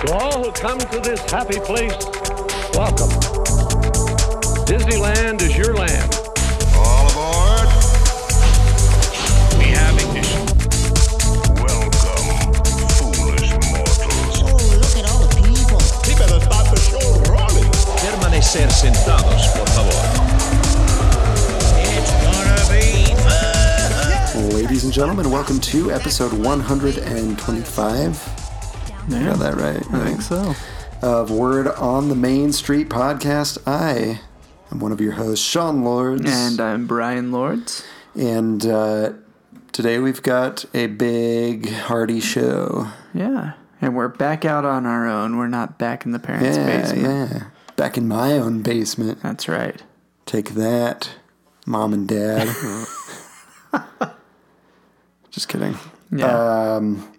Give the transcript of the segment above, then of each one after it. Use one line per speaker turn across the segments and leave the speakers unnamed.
come to this happy place, welcome. Disneyland is your land.
All aboard. We have ignition. Welcome, foolish mortals.
Oh, look at all the people.
Permanecer sentados, por favor.
Ladies and gentlemen, welcome to episode 125. I got that right. I think so. Of Word on the Main Street podcast. I am one of your hosts, Sean Lords.
And uh, I'm Brian Lords.
And, uh, today we've got a big, hearty show.
Yeah. And we're back out on our own. We're not back in the parents'
yeah,
basement.
yeah. Back in my own basement.
That's right.
Take that, mom and dad. Just kidding.
Yeah.
Um,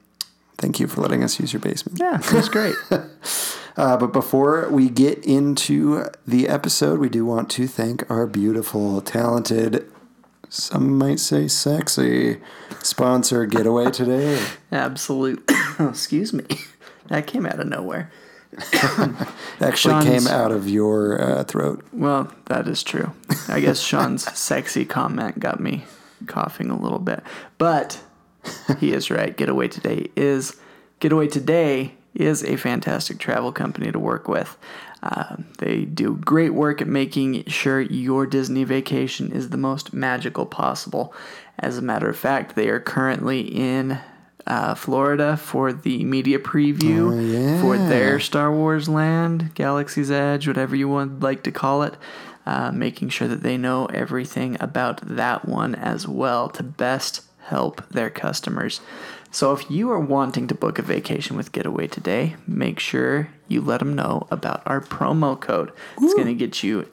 thank you for letting us use your basement.
yeah. It was great.
Uh, but before we get into the episode, we do want to thank our beautiful, talented, some might say sexy sponsor getaway today.
Absolute. Excuse me. That came out of nowhere.
It actually
Sean's-
came out of your uh, throat.
Well, that is true. I guess Sean's sexy comment got me coughing a little bit. But he is right. Getaway Today is Getaway Today is a fantastic travel company to work with. Um, they do great work at making sure your Disney vacation is the most magical possible. As a matter of fact, they are currently in uh, Florida for the media preview for their Star Wars Land, Galaxy's Edge, whatever you would like to call it. Uh, making sure that they know everything about that one as well to best help their customers. So if you are wanting to book a vacation with Getaway today, make sure you let them know about our promo code. It's going to get you,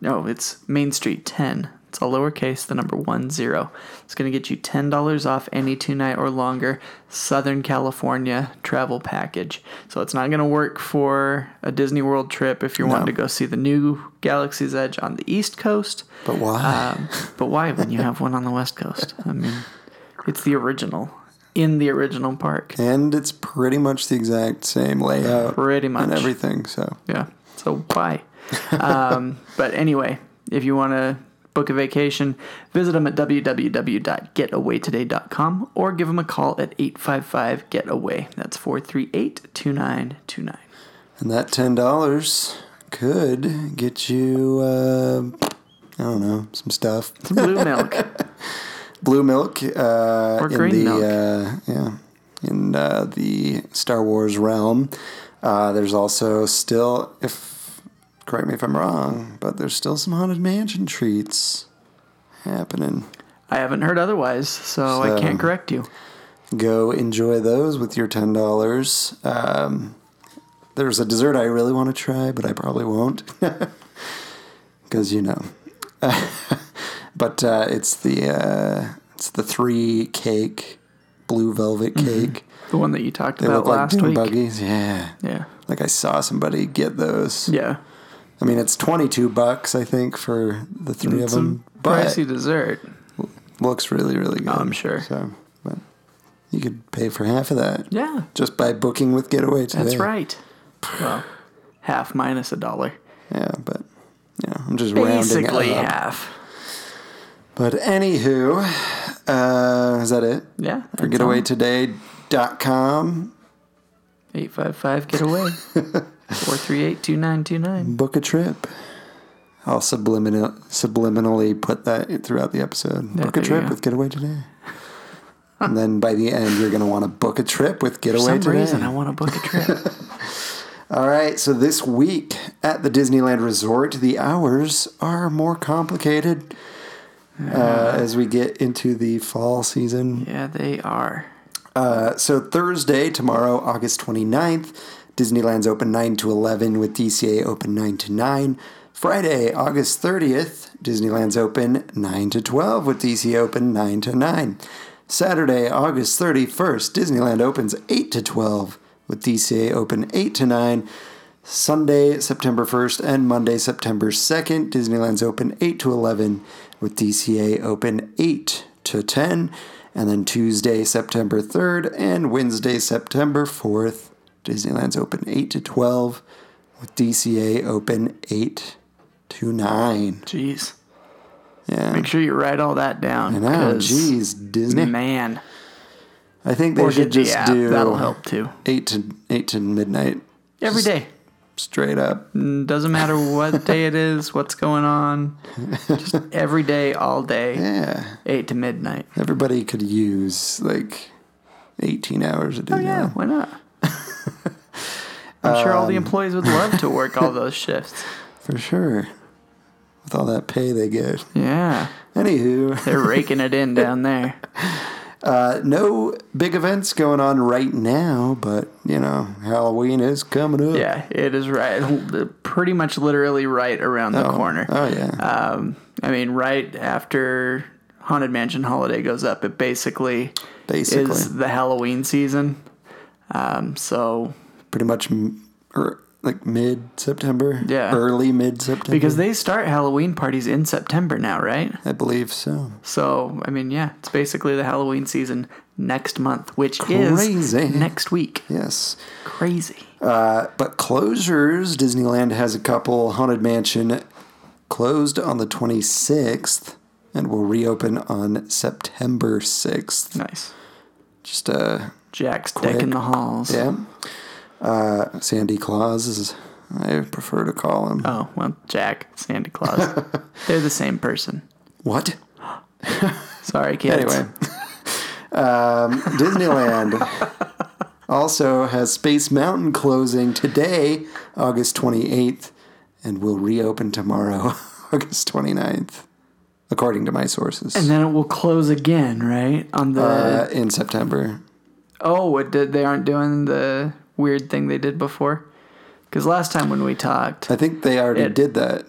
no, it's Main Street 10. It's all lowercase, the number one zero. It's going to get you $10 off any two night or longer Southern California travel package. So it's not going to work for a Disney World trip if you're wanting to go see the new Galaxy's Edge on the East Coast.
But why?
Um, but why when you have one on the West Coast? I mean, it's the original in the original park.
and it's pretty much the exact same layout
Pretty much.
and everything. So
Yeah. So why? um, but anyway, if you want to book a vacation, visit them at www.getawaytoday.com or give them a call at 855 GETAWAY. That's 438 2929.
And that ten dollars could get you, uh, I don't know, some stuff.
Blue milk.
Blue milk uh,
Or
in the
green milk.
Uh, yeah in uh, the Star Wars realm. Uh, there's also still, if correct me if I'm wrong, but there's still some haunted mansion treats happening.
I haven't heard otherwise, so, I
So-
can't correct you.
Go enjoy those with your ten dollars. Um, there's a dessert I really want to try, but I probably won't because you know. but uh, it's the uh, it's the three cake blue velvet
Mm-hmm.
cake.
The one that you talked
They
about
look like
last
dune
week.
buggies. Yeah.
Yeah.
Like I saw somebody get those.
Yeah.
I mean, it's twenty two bucks I think for the three of
It's
them.
a
But
pricey dessert.
looks really really good.
I'm sure.
So, but you could pay for half of that.
Yeah.
Just by booking with Getaway today.
That's right. Well, half minus a dollar.
Yeah, but you know, I'm just
Basically
rounding up.
half.
But anywho, uh, is that it?
Yeah.
For getawaytoday.com,
855 getaway. 438 2929.
book a trip. I'll subliminal, subliminally put that throughout the episode.
Yeah,
book a
there you
trip
go.
with Getaway Today. and then by the end, you're going to want to book a trip with
For
Getaway
some
Today.
reason, I want to book a trip.
All right, so this week at the Disneyland Resort, the hours are more complicated uh, as we get into the fall season.
yeah, they are.
Uh, So Thursday, tomorrow, August 29th, Disneyland's open 9 to 11 with DCA open 9 to 9. Friday, August 30th, Disneyland's open 9 to 12 with DCA open 9 to 9. Saturday, August 31st, Disneyland opens 8 to 12 with DCA open 8 to 9. Sunday, September 1st and Monday, September 2nd, Disneyland's open 8 to 11 with DCA open 8 to 10, and then Tuesday, September 3rd and Wednesday, September 4th, Disneyland's open 8 to 12, with DCA open 8 to 9.
Jeez.
Yeah.
Make sure you write all that down.
I know.
'cause,
Jeez, Disney.
Man.
I think they
Or
should
get the
just
app.
do
That'll help too.
8 to 8 to midnight
Every day.
straight up.
Doesn't matter what day it is, what's going on. Just every day, all day,
Yeah.
eight to midnight.
Everybody could use like 18 hours a day.
Oh yeah, why not? I'm sure all the
Um,
employees would love to work all those shifts.
For sure. With all that pay they get.
Yeah,
Anywho.
they're raking it in down there.
no big events going on right now, but you know, Halloween is coming up.
Yeah, it is right, pretty much literally right around the
Oh,
corner.
Oh yeah.
Um, I mean, right after Haunted Mansion Holiday goes up, it basically,
Basically.
is the Halloween season. Um, so
Pretty much m- er, like mid September.
Yeah.
Early mid September.
because they start Halloween parties in September now, right?
I believe so.
So I mean, yeah, it's basically the Halloween season next month, which is
Crazy.
next week.
Yes.
Crazy.
Uh, But closures, Disneyland has a couple. Haunted Mansion closed on the 26th and will reopen on September 6th.
Nice.
Just uh
Jack's decking the halls.
yeah. Uh Sandy Claus is I prefer to call him.
Oh well, Jack, Santa Claus, they're the same person.
What?
Sorry, kids.
Anyway, um, Disneyland also has Space Mountain closing today, August 28th, and will reopen tomorrow, August 29th, according to my sources.
And then it will close again, right? On the
uh, in September.
oh, what did they aren't doing the weird thing they did before? Because last time when we talked,
I think they already
It-
did that.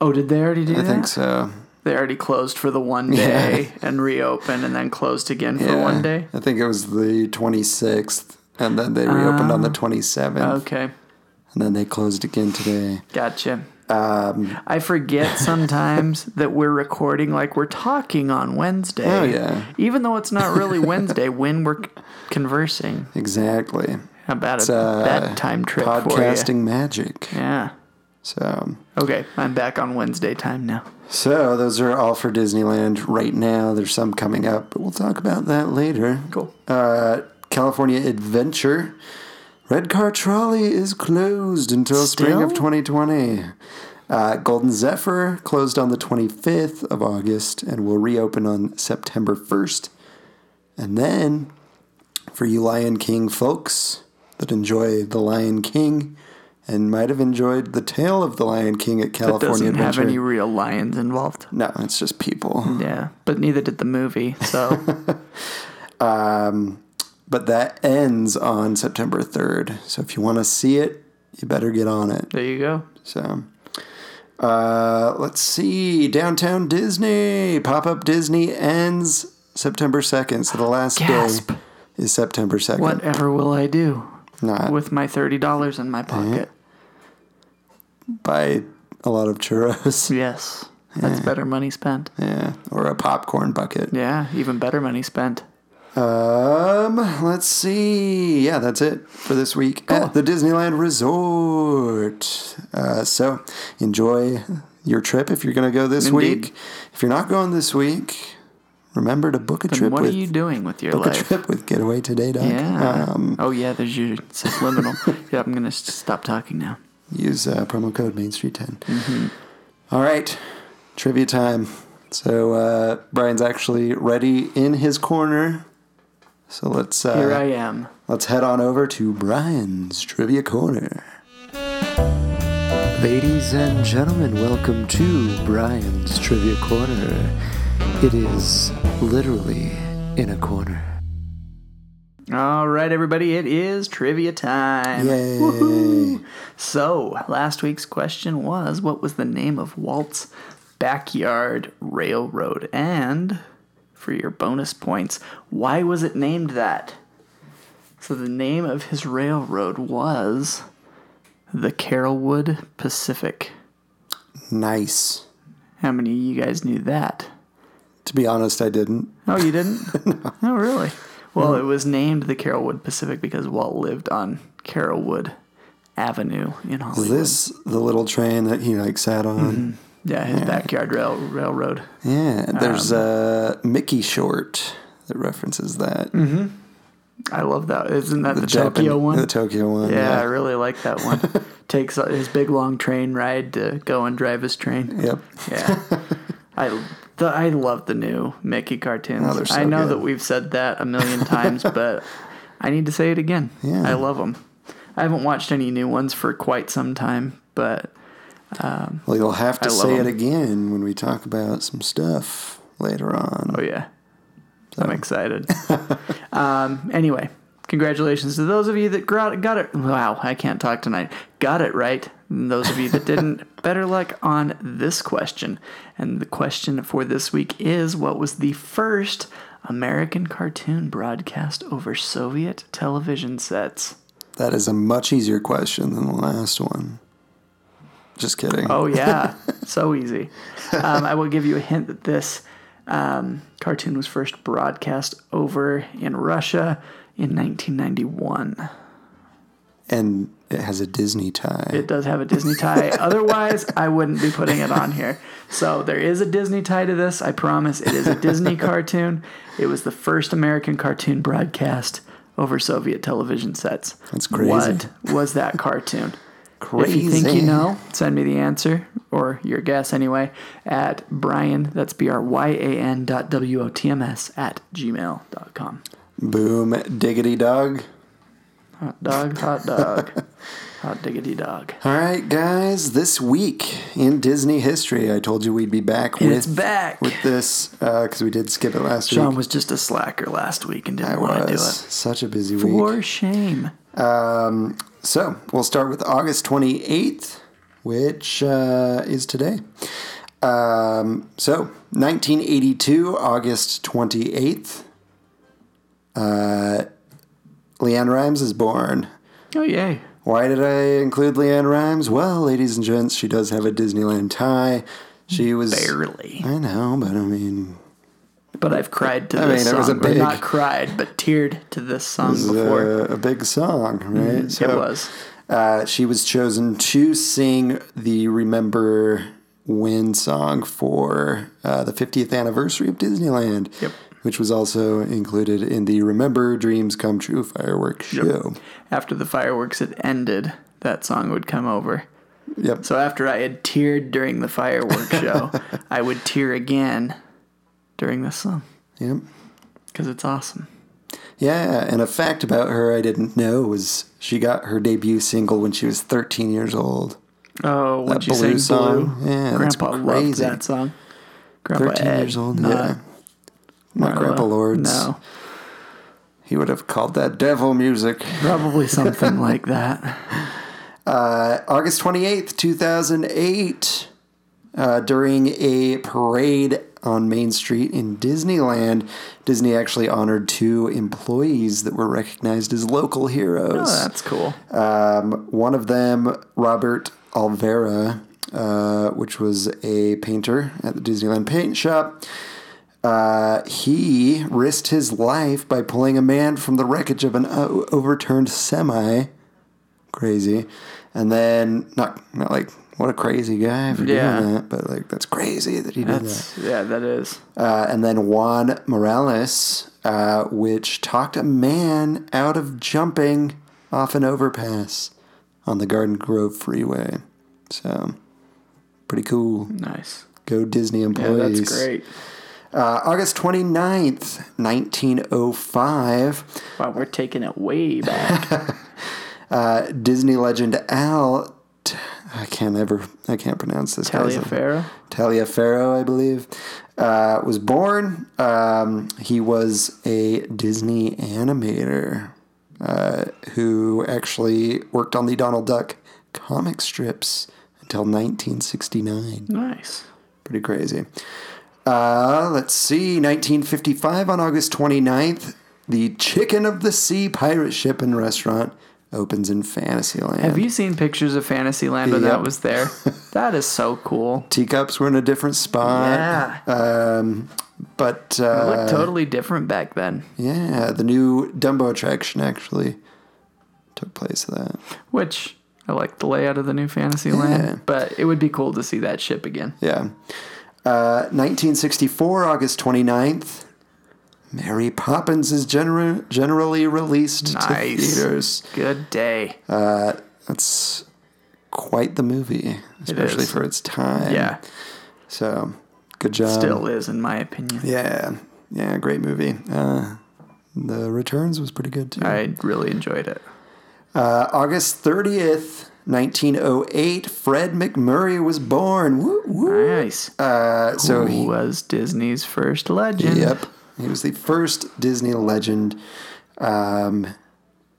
oh, did they already do
I
that?
think so.
They already closed for the one
Yeah.
day and reopened, and then closed again for
Yeah.
one day.
I think it was the 26th, and then they reopened on the 27th,
Ah, Okay,
and then they closed again today.
gotcha.
Um,
I forget sometimes that we're recording like we're talking on Wednesday.
Oh, yeah.
Even though it's not really Wednesday when we're c- conversing.
Exactly.
How about
It's
a
uh,
bedtime trip for
podcasting
you?
magic.
Yeah.
So.
Okay, I'm back on Wednesday time now.
So those are all for Disneyland right now. There's some coming up, but we'll talk about that later.
Cool.
Uh, California Adventure. Red Car Trolley is closed until spring of
Still?
2020. Uh, Golden Zephyr closed on the 25th of August and will reopen on September 1st. And then, for you Lion King folks that enjoy The Lion King and might have enjoyed The Tale of the Lion King at
That
California
doesn't have
Adventure.
any real lions involved.
No, it's just people.
Yeah, but neither did the movie. So
Um, But that ends on September 3rd. So if you want to see it, you better get on it.
there you go.
So uh, let's see. Downtown Disney. Pop up Disney ends September 2nd. So the last
Gasp.
day is September 2nd.
Whatever will I do
Not
with my thirty dollars in my pocket?
buy a lot of churros.
Yes, that's better money spent.
yeah. Or a popcorn bucket.
Yeah, even better money spent.
Um, let's see. Yeah, that's it for this week at the Disneyland Resort. Uh, so enjoy your trip if you're going to go this
Indeed.
week. If you're not going this week, remember to book a
Then
trip
what
with
are you doing with your
book a
life?
trip with getawaytoday.com.
Yeah.
Um,
oh yeah, there's your subliminal. yeah, I'm gonna s- stop talking now.
use uh, promo code Main Street 10.
Mm-hmm.
All right, trivia time. So uh, Brian's actually ready in his corner. So let's uh,
Here I am.
Let's head on over to Brian's Trivia Corner. Ladies and gentlemen, welcome to Brian's Trivia Corner. It is literally in a corner.
All right, everybody, it is trivia time.
Yay.
So, last week's question was what was the name of Walt's backyard railroad? And for your bonus points, why was it named that? So, the name of his railroad was the Carrollwood Pacific.
Nice.
How many of you guys knew that?
To be honest, I didn't.
Oh, you didn't? no. Oh, really? Well, it was named the Carrollwood Pacific because Walt lived on Carrollwood Avenue in
Is
Hollywood.
this the little train that he like sat on?
Yeah, his backyard rail railroad.
Yeah,
Um,
there's a Mickey short that references that.
I love that. Isn't that the,
Japan-
mm-hmm. Tokyo one?
The Tokyo one.
yeah,
Yeah.
I really like that one. Takes his big long train ride to go and drive his train.
Yep.
Yeah. I the, I love the new Mickey cartoons.
Oh, they're so
I know
good.
that we've said that a million times, but I need to say it again.
Yeah.
I love them. I haven't watched any new ones for quite some time, but
Well, you'll have to
I love
say it
them.
again when we talk about some stuff later on.
oh yeah, I'm excited. um, anyway, congratulations to those of you that got, got it. Wow, I can't talk tonight. Got it right. And those of you that didn't, better luck on this question. And the question for this week is: What was the first American cartoon broadcast over Soviet television sets?
That is a much easier question than the last one. Just kidding.
Oh yeah, so easy. Um, I will give you a hint that this um, cartoon was first broadcast over in Russia in 1991.
And it has a Disney tie.
It does have a Disney tie. Otherwise, I wouldn't be putting it on here. So there is a Disney tie to this. I promise. It is a Disney cartoon. It was the first American cartoon broadcast over Soviet television sets.
That's crazy.
What was that cartoon?
Crazy.
If you think you know, send me the answer or your guess anyway at Brian, that's B R Y A N dot W O T M S at gmail dot com.
Boom, diggity dog.
Hot dog, hot dog, hot diggity dog.
All right, guys, this week in Disney history, I told you we'd be back with
It's back.
with this because we did skip it last
Sean
week.
was just a slacker last week and
I
didn't want to do
was
it.
such a busy week.
For shame.
Um, So we'll start with August 28th, which uh, is today. Um, so 1982, August 28th, uh, Leanne Rhymes is born.
Oh yay!
Why did I include Leanne Rhymes? Well, ladies and gents, she does have a Disneyland tie. She was.
Barely.
I know, but I mean,
But I've cried to
I
this
mean, it
song.
was a
or
big-
Not cried, but teared to this song
this is uh,
before. Mm-hmm.
a, a big song, right?
it was.
Uh, she was chosen to sing the Remember When song for uh, the 50th anniversary of Disneyland,
Yep.
which was also included in the Remember Dreams Come True fireworks show.
After the fireworks had ended, that song would come over.
Yep.
So after I had teared during the fireworks show, I would tear again during this song
Yep.
because it's awesome.
Yeah, and a fact about her I didn't know was she got her debut single when she was 13 years old.
Oh, when
That
she
Blue
sang
song?
Blue,
Yeah, that's
Grandpa loved
crazy.
that song. Grandpa
13
Ed,
years old.
not
yeah. My
Marlo.
Grandpa Lords.
No,
He would have called that devil music.
probably something like that.
August 28th, 2008, uh, during a parade on Main Street in Disneyland, Disney actually honored two employees that were recognized as local heroes.
Oh, that's cool.
Um, one of them, Robert Alvera, uh, which was a painter at the Disneyland Paint Shop. Uh, he risked his life by pulling a man from the wreckage of an o- overturned semi. Crazy. And then, not, not like, what a crazy guy for
Yeah.
doing that, but like, that's crazy that he did that.
That's yeah, that is.
Uh, and then Juan Morales, uh, which talked a man out of jumping off an overpass on the Garden Grove Freeway. So, pretty cool.
Nice.
Go Disney
Yeah,
employees.
that's great.
Uh, August oh 29th, 1905,
Wow, we're taking it way back.
Disney legend Al. T- I can't ever. I can't pronounce this. guy's name.
Taliaferro.
Taliaferro, I believe, uh, was born. Um, he was a Disney animator uh, who actually worked on the Donald Duck comic strips until 1969.
Nice.
Pretty crazy. Uh, let's see, 1955 on August 29th, the Chicken of the Sea pirate ship and restaurant opens in Fantasyland.
Have you seen pictures of Fantasyland when that
Yep.
was there? That is so cool.
Teacups were in a different spot.
Yeah.
Um, But
It
uh,
looked totally different back then.
yeah, the new Dumbo attraction actually took place of that.
Which I like the layout of the new Fantasyland,
Yeah.
but it would be cool to see that ship again.
Yeah. Uh, 1964, August 29th, Mary Poppins is gener- generally released to
Nice.
theaters.
Good day.
Um, That's quite the movie, especially
is.
for its time.
yeah,
So, good job.
still is in my opinion.
Yeah. Yeah, great movie. Uh, the Returns was pretty good, too.
I really enjoyed it.
Uh, August 30th, 1908, Fred McMurray was born. Woo, woo.
Nice.
Uh, so,
Who
he,
was Disney's first legend?
Yep. He was the first Disney legend um,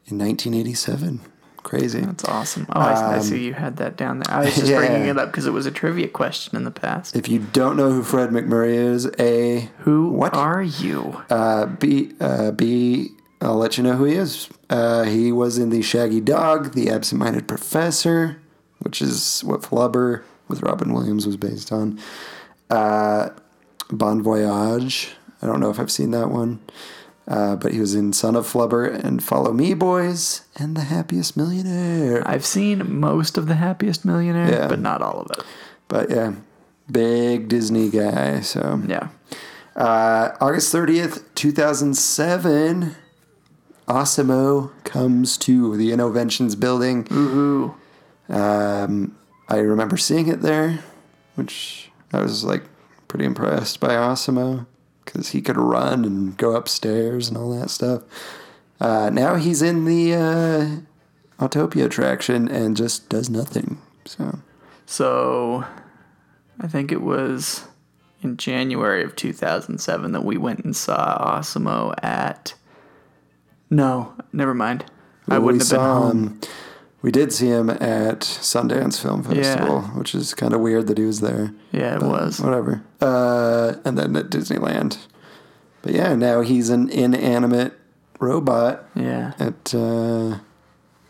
in 1987. Crazy.
That's awesome. Oh, I, I see you had that down there. I was just
Um, yeah.
bringing it up because it was a trivia question in the past.
If you don't know who Fred McMurray is, A.
Who
What?
are you?
Uh, B. Uh, B. I'll let you know who he is. Uh, he was in The Shaggy Dog, The Absent Minded Professor, which is what Flubber with Robin Williams was based on. Uh, bon Voyage. I don't know if I've seen that one. Uh, but he was in Son of Flubber and Follow Me Boys and The Happiest Millionaire.
I've seen most of The Happiest Millionaire,
Yeah.
but not all of it.
But yeah, big Disney guy. So
Yeah.
uh, August 30th, 2007, Osimo comes to the Innoventions building.
Ooh.
Um, I remember seeing it there, which I was like pretty impressed by Osimo because he could run and go upstairs and all that stuff. Uh, now he's in the uh, Autopia attraction and just does nothing. So
So I think it was in January of 2007 that we went and saw Osimo at. No, never mind. I
we
wouldn't have been
saw
home.
him. We did see him at Sundance Film Festival, which is kind of weird that he was there.
Yeah, it
But
was.
whatever. Uh, and then at Disneyland. But yeah, now he's an inanimate robot
Yeah.
at uh,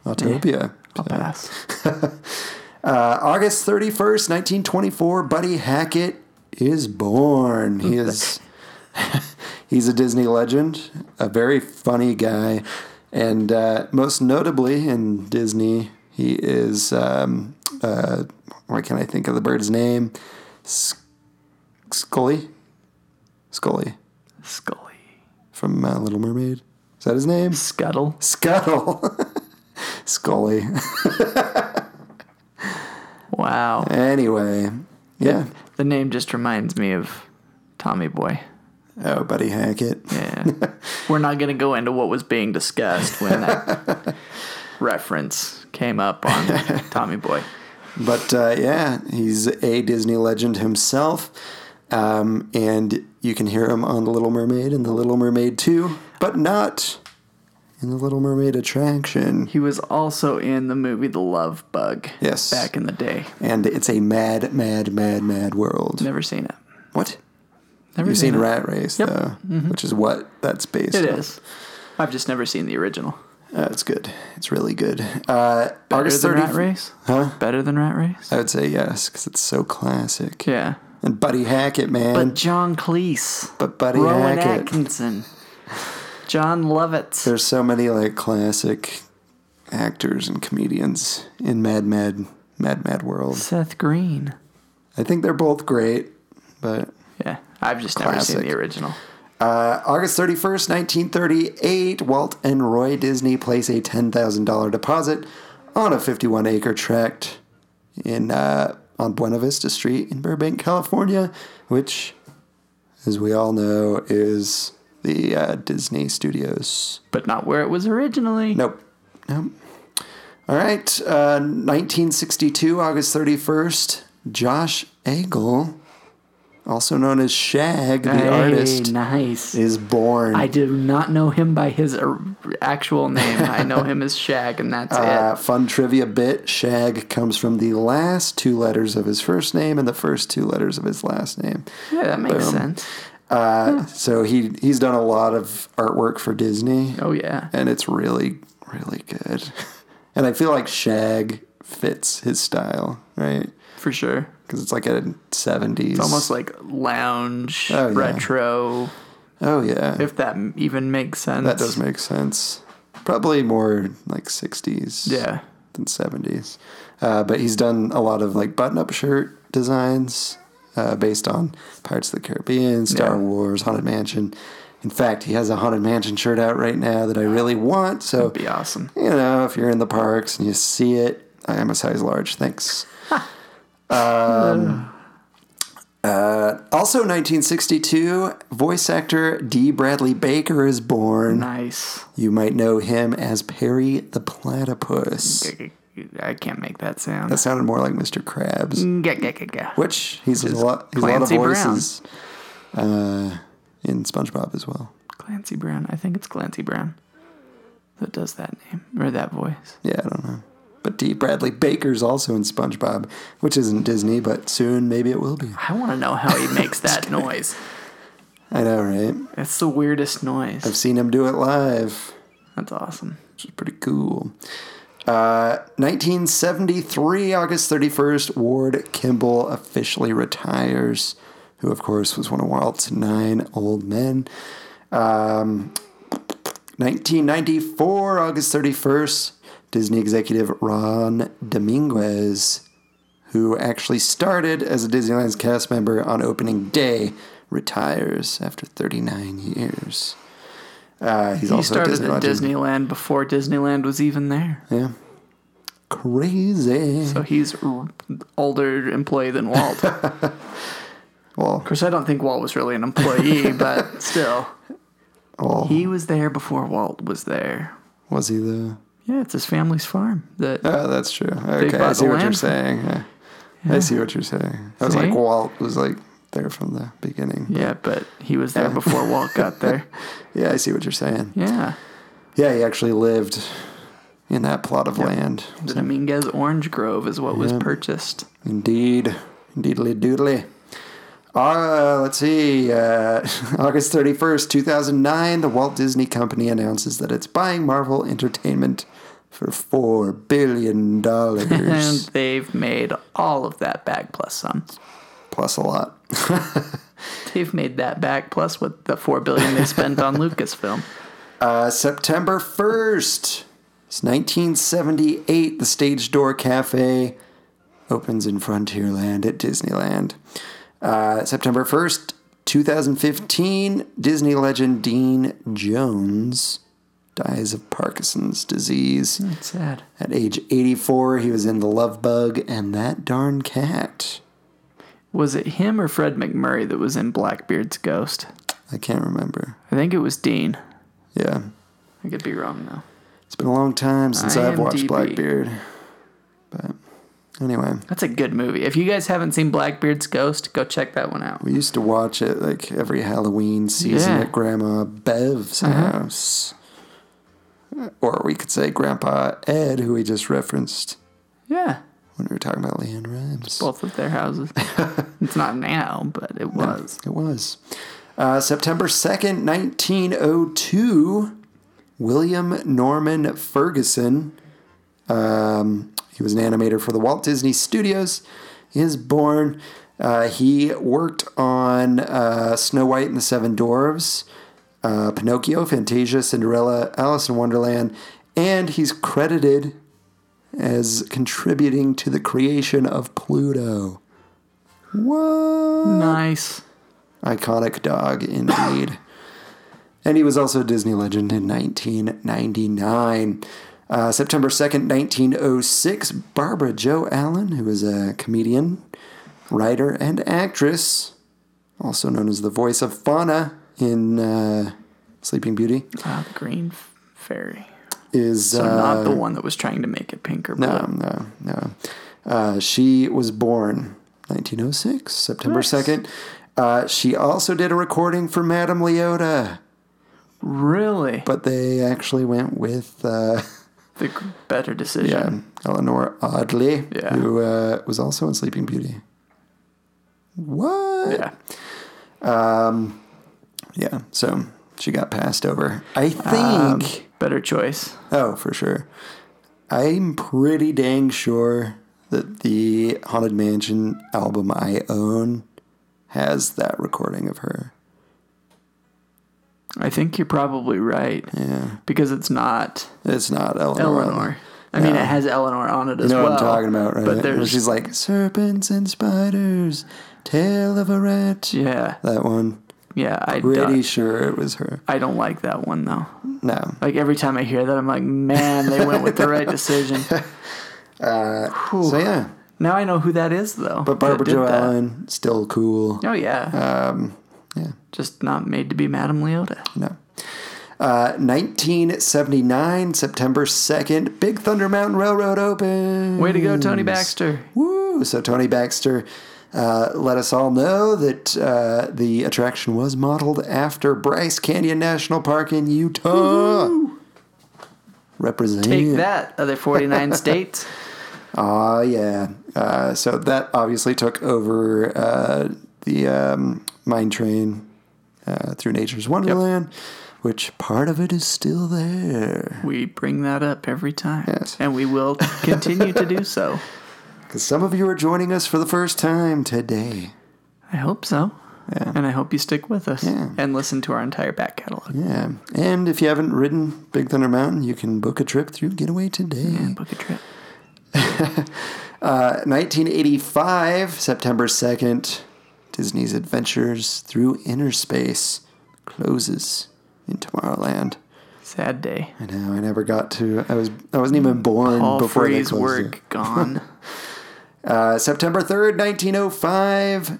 Autopia.
I'll pass.
Uh, August thirty first, nineteen twenty four. Buddy Hackett is born. He is. he's a Disney legend, a very funny guy, and uh, most notably in Disney, he is. Um, uh, why can't I think of the bird's name? S- Scully. Scully
Scully.
from uh, Little Mermaid. Is that his name?
Scuttle.
Scuttle. Scully.
Wow.
Anyway, yeah.
The name just reminds me of Tommy Boy.
Oh, Buddy Hackett.
Yeah. We're not going to go into what was being discussed when that reference came up on Tommy Boy.
But uh, yeah, he's a Disney legend himself. Um, and you can hear him on The Little Mermaid and The Little Mermaid 2, but not in The Little Mermaid attraction.
He was also in the movie The Love Bug.
Yes.
Back in the day.
And it's a mad, mad, mad, mad world.
Never seen it.
What?
Never
You've seen
it.
Rat Race,
Yep. Mm-hmm.
though, which is what that's based
It
on.
is. I've just never seen the original.
That's good. It's really good. Uh,
Better
August
than
30
Rat Race?
Huh? Uh,
Better than Rat Race?
I would say yes, because it's so classic.
Yeah.
And Buddy Hackett, man.
But John Cleese.
But Buddy
Rowan
Hackett.
Atkinson. John Lovett.
There's so many like classic actors and comedians in Mad Mad Mad Mad World.
Seth Green.
I think they're both great, but
Yeah. I've just never
Classic.
seen the original.
uh, August 31st, 1938, Walt and Roy Disney place a $10,000 deposit on a 51 acre tract in uh, on Buena Vista Street in Burbank, California, which, as we all know, is the uh, Disney Studios.
But not where it was originally.
Nope. Nope. All right. Uh, 1962, August 31st, Josh Engel, also known as Shag, the
Hey,
artist,
Nice.
is born.
I do not know him by his or- actual name. I know him as Shag, and that's
uh,
it.
fun trivia bit Shag comes from the last two letters of his first name and the first two letters of his last name.
Yeah, that makes
boom.
sense.
Uh, So he he's done a lot of artwork for Disney. Uh,
Oh yeah,
and it's really really good. And I feel like Shag fits his style, right?
for sure.
Because it's like a 70s. It's
Almost like lounge,
Oh, yeah.
retro,
Oh, yeah.
if that m- even makes sense.
that does make sense. Probably more like 60s.
Yeah.
than 70s. Uh, but he's done a lot of like button up shirt designs uh, based on Pirates of the Caribbean, Star
Yeah.
Wars, Haunted Mansion. In fact, he has a Haunted Mansion shirt out right now that I really want. So,
Be awesome.
you know, if you're in the parks and you see it, I am a size large. Thanks. um, uh, also, 1962, voice actor D. Bradley Baker is born.
Nice.
You might know him as Perry the Platypus.
I can't make that sound.
That sounded more like Mr. Krabs,
Gah, gah, gah, gah.
which he's a lot. He's a lot of
Mm. Clancy Brown.
voices uh, in SpongeBob as well.
Clancy Brown. I think it's Clancy Brown that does that name or that voice.
Yeah, I don't know. But D. Bradley Baker's also in SpongeBob, which isn't Disney, but soon maybe it will be.
I want to know how he makes that noise.
I know, right?
It's the weirdest noise.
I've seen him do it live,
That's awesome.
which is pretty cool. Uh, 1973, August 31st, Ward Kimball officially retires, who, of course, was one of Walt's nine old men. 1994, August 31st, Disney executive Ron Dominguez, who actually started as a Disneyland's cast member on opening day, retires after 39 years. Uh, he's
He
also
started
a Disney
at
legend.
Disneyland before Disneyland was even there.
Yeah. Crazy.
So he's r- older employee than Walt. of
well,
course, I don't think Walt was really an employee, but still,
well,
he was there before Walt was there.
was he the?
Yeah, it's his family's farm. That
Oh, that's true. Okay, I
bought
see
the
what you're
land.
saying. Yeah. I see what you're saying. I was
See?
like, Walt was like there from the beginning.
yeah, but he was there before Walt got there.
Yeah, I see what you're saying.
Yeah,
Yeah, he actually lived in that plot of land.
the Dominguez Orange Grove is what was purchased.
Indeed. Indeedly doodly. Uh, let's see. Uh, August 31st, 2009, the Walt Disney Company announces that it's buying Marvel Entertainment for $4 billion.
And they've made all of that back plus some.
plus a lot.
They've made that back plus what the four billion they spent on Lucasfilm.
Uh, September 1st, it's 1978. The Stage Door Cafe opens in Frontierland at Disneyland. Uh, September 1st, 2015, Disney legend Dean Jones dies of Parkinson's disease.
It's sad.
At age 84, he was in The Love Bug and That Darn Cat.
Was it him or Fred McMurray that was in Blackbeard's Ghost?
I can't remember.
I think it was Dean.
Yeah.
I could be wrong though.
It's been a long time since I've watched
IMDb.
Blackbeard. But anyway.
That's a good movie. If you guys haven't seen Blackbeard's Ghost, go check that one out.
We used to watch it like every Halloween season
Yeah.
at Grandma Bev's house. Or we could say Grandpa Ed, who we just referenced
Yeah,
when we were talking about Leanne Rhymes.
both of their houses. it's not now, but it was.
It was. Uh, September 2nd, 1902, William Norman Ferguson, um, he was an animator for the Walt Disney Studios, is born. Uh, he worked on uh, Snow White and the Seven Dwarfs, uh, Pinocchio, Fantasia, Cinderella, Alice in Wonderland, and he's credited as contributing to the creation of Pluto. What?
Nice.
Iconic dog, indeed. and he was also a Disney legend in 1999. Uh, September 2nd, 1906, Barbara Jo Allen, who is a comedian, writer, and actress, also known as the voice of Fauna in uh, Sleeping Beauty,
Uh, the Green Fairy.
is.
So
uh,
not the one that was trying to make it pink or blue.
no, no, no. Uh, she was born 1906, September 2nd. Uh, she also did a recording for Madame Leota.
Really?
but they actually went with uh,
the g- better
yeah,
decision.
Eleanor Audley,
Yeah.
who uh, was also in Sleeping Beauty. What? Um,
Yeah.
Yeah, So she got passed over. I think.
Better choice.
oh, for sure. I'm pretty dang sure that the Haunted Mansion album I own has that recording of her.
I think you're probably right.
Yeah.
Because it's not
It's not Eleanor.
Eleanor. I mean, it has Eleanor on it as
You know
well.
what I'm talking about, right?
But
Where
there's
she's like, Serpents and Spiders, Tale of a Rat.
yeah,
That one.
yeah. I
Pretty
don't,
sure it was her.
I don't like that one though.
No.
Like every time I hear that, I'm like, man, they went with the right decision. Whew.
So, yeah.
Now I know who that is though.
But Barbara
that did
Jo
that.
Allen, still cool.
Oh yeah.
yeah.
Just not made to be Madame Leota.
No. Uh, 1979, September 2nd, Big Thunder Mountain Railroad open.
Way to go, Tony Baxter.
Woo! So Tony Baxter uh, let us all know that uh, the attraction was modeled after Bryce Canyon National Park in Utah. Represent.
Take that, other 49 states.
Oh, yeah. Uh, so that obviously took over uh, the um, mine train uh, through Nature's Wonderland, which part of it is still there.
We bring that up every time.
Yes.
And we will continue to do so.
Because some of you are joining us for the first time today.
I hope so.
Yeah.
And I hope you stick with us
Yeah.
and listen to our entire back catalog.
Yeah. And if you haven't ridden Big Thunder Mountain, you can book a trip through Getaway today.
And book a trip.
1985, Uh, September 2nd, Disney's Adventures Through Inner Space closes in Tomorrowland.
Sad day.
I know. I never got to. I was. I wasn't even born
All
before they
freeze
closed
work
it.
gone.
Uh, September third, nineteen oh five.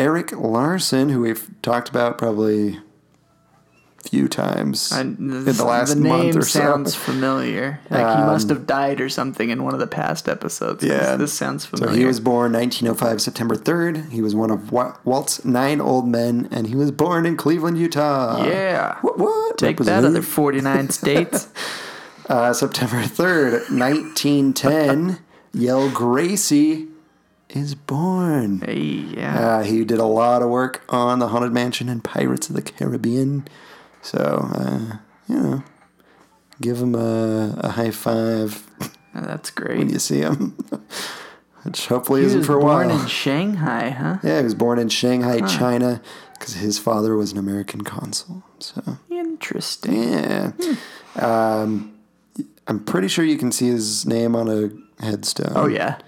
Eric Larson, who we've talked about probably a few times
I,
in
this-
the last
name
month or
sounds
so. Um,
familiar. Like he must have died or something in one of the past episodes.
Yeah.
This, this sounds
So
familiar.
he was born 1905, September 3rd. He was one of Wa- Walt's nine old men, and he was born in Cleveland, Utah.
yeah.
What? what?
Take that,
Represent.
other 49 states.
Uh, September 3rd, 1910. Yell Gracie is born.
hey, yeah.
Uh, he did a lot of work on The Haunted Mansion and Pirates of the Caribbean. So, uh, you know, give him a, a high five
Uh, That's
when
great.
you see him, which hopefully
He
isn't
was
for a
born
while.
in Shanghai, huh?
yeah, he was born in Shanghai, China, because his father was an American consul. So,
Interesting.
yeah. Um,
Hmm.
I'm pretty sure you can see his name on a headstone.
Oh yeah,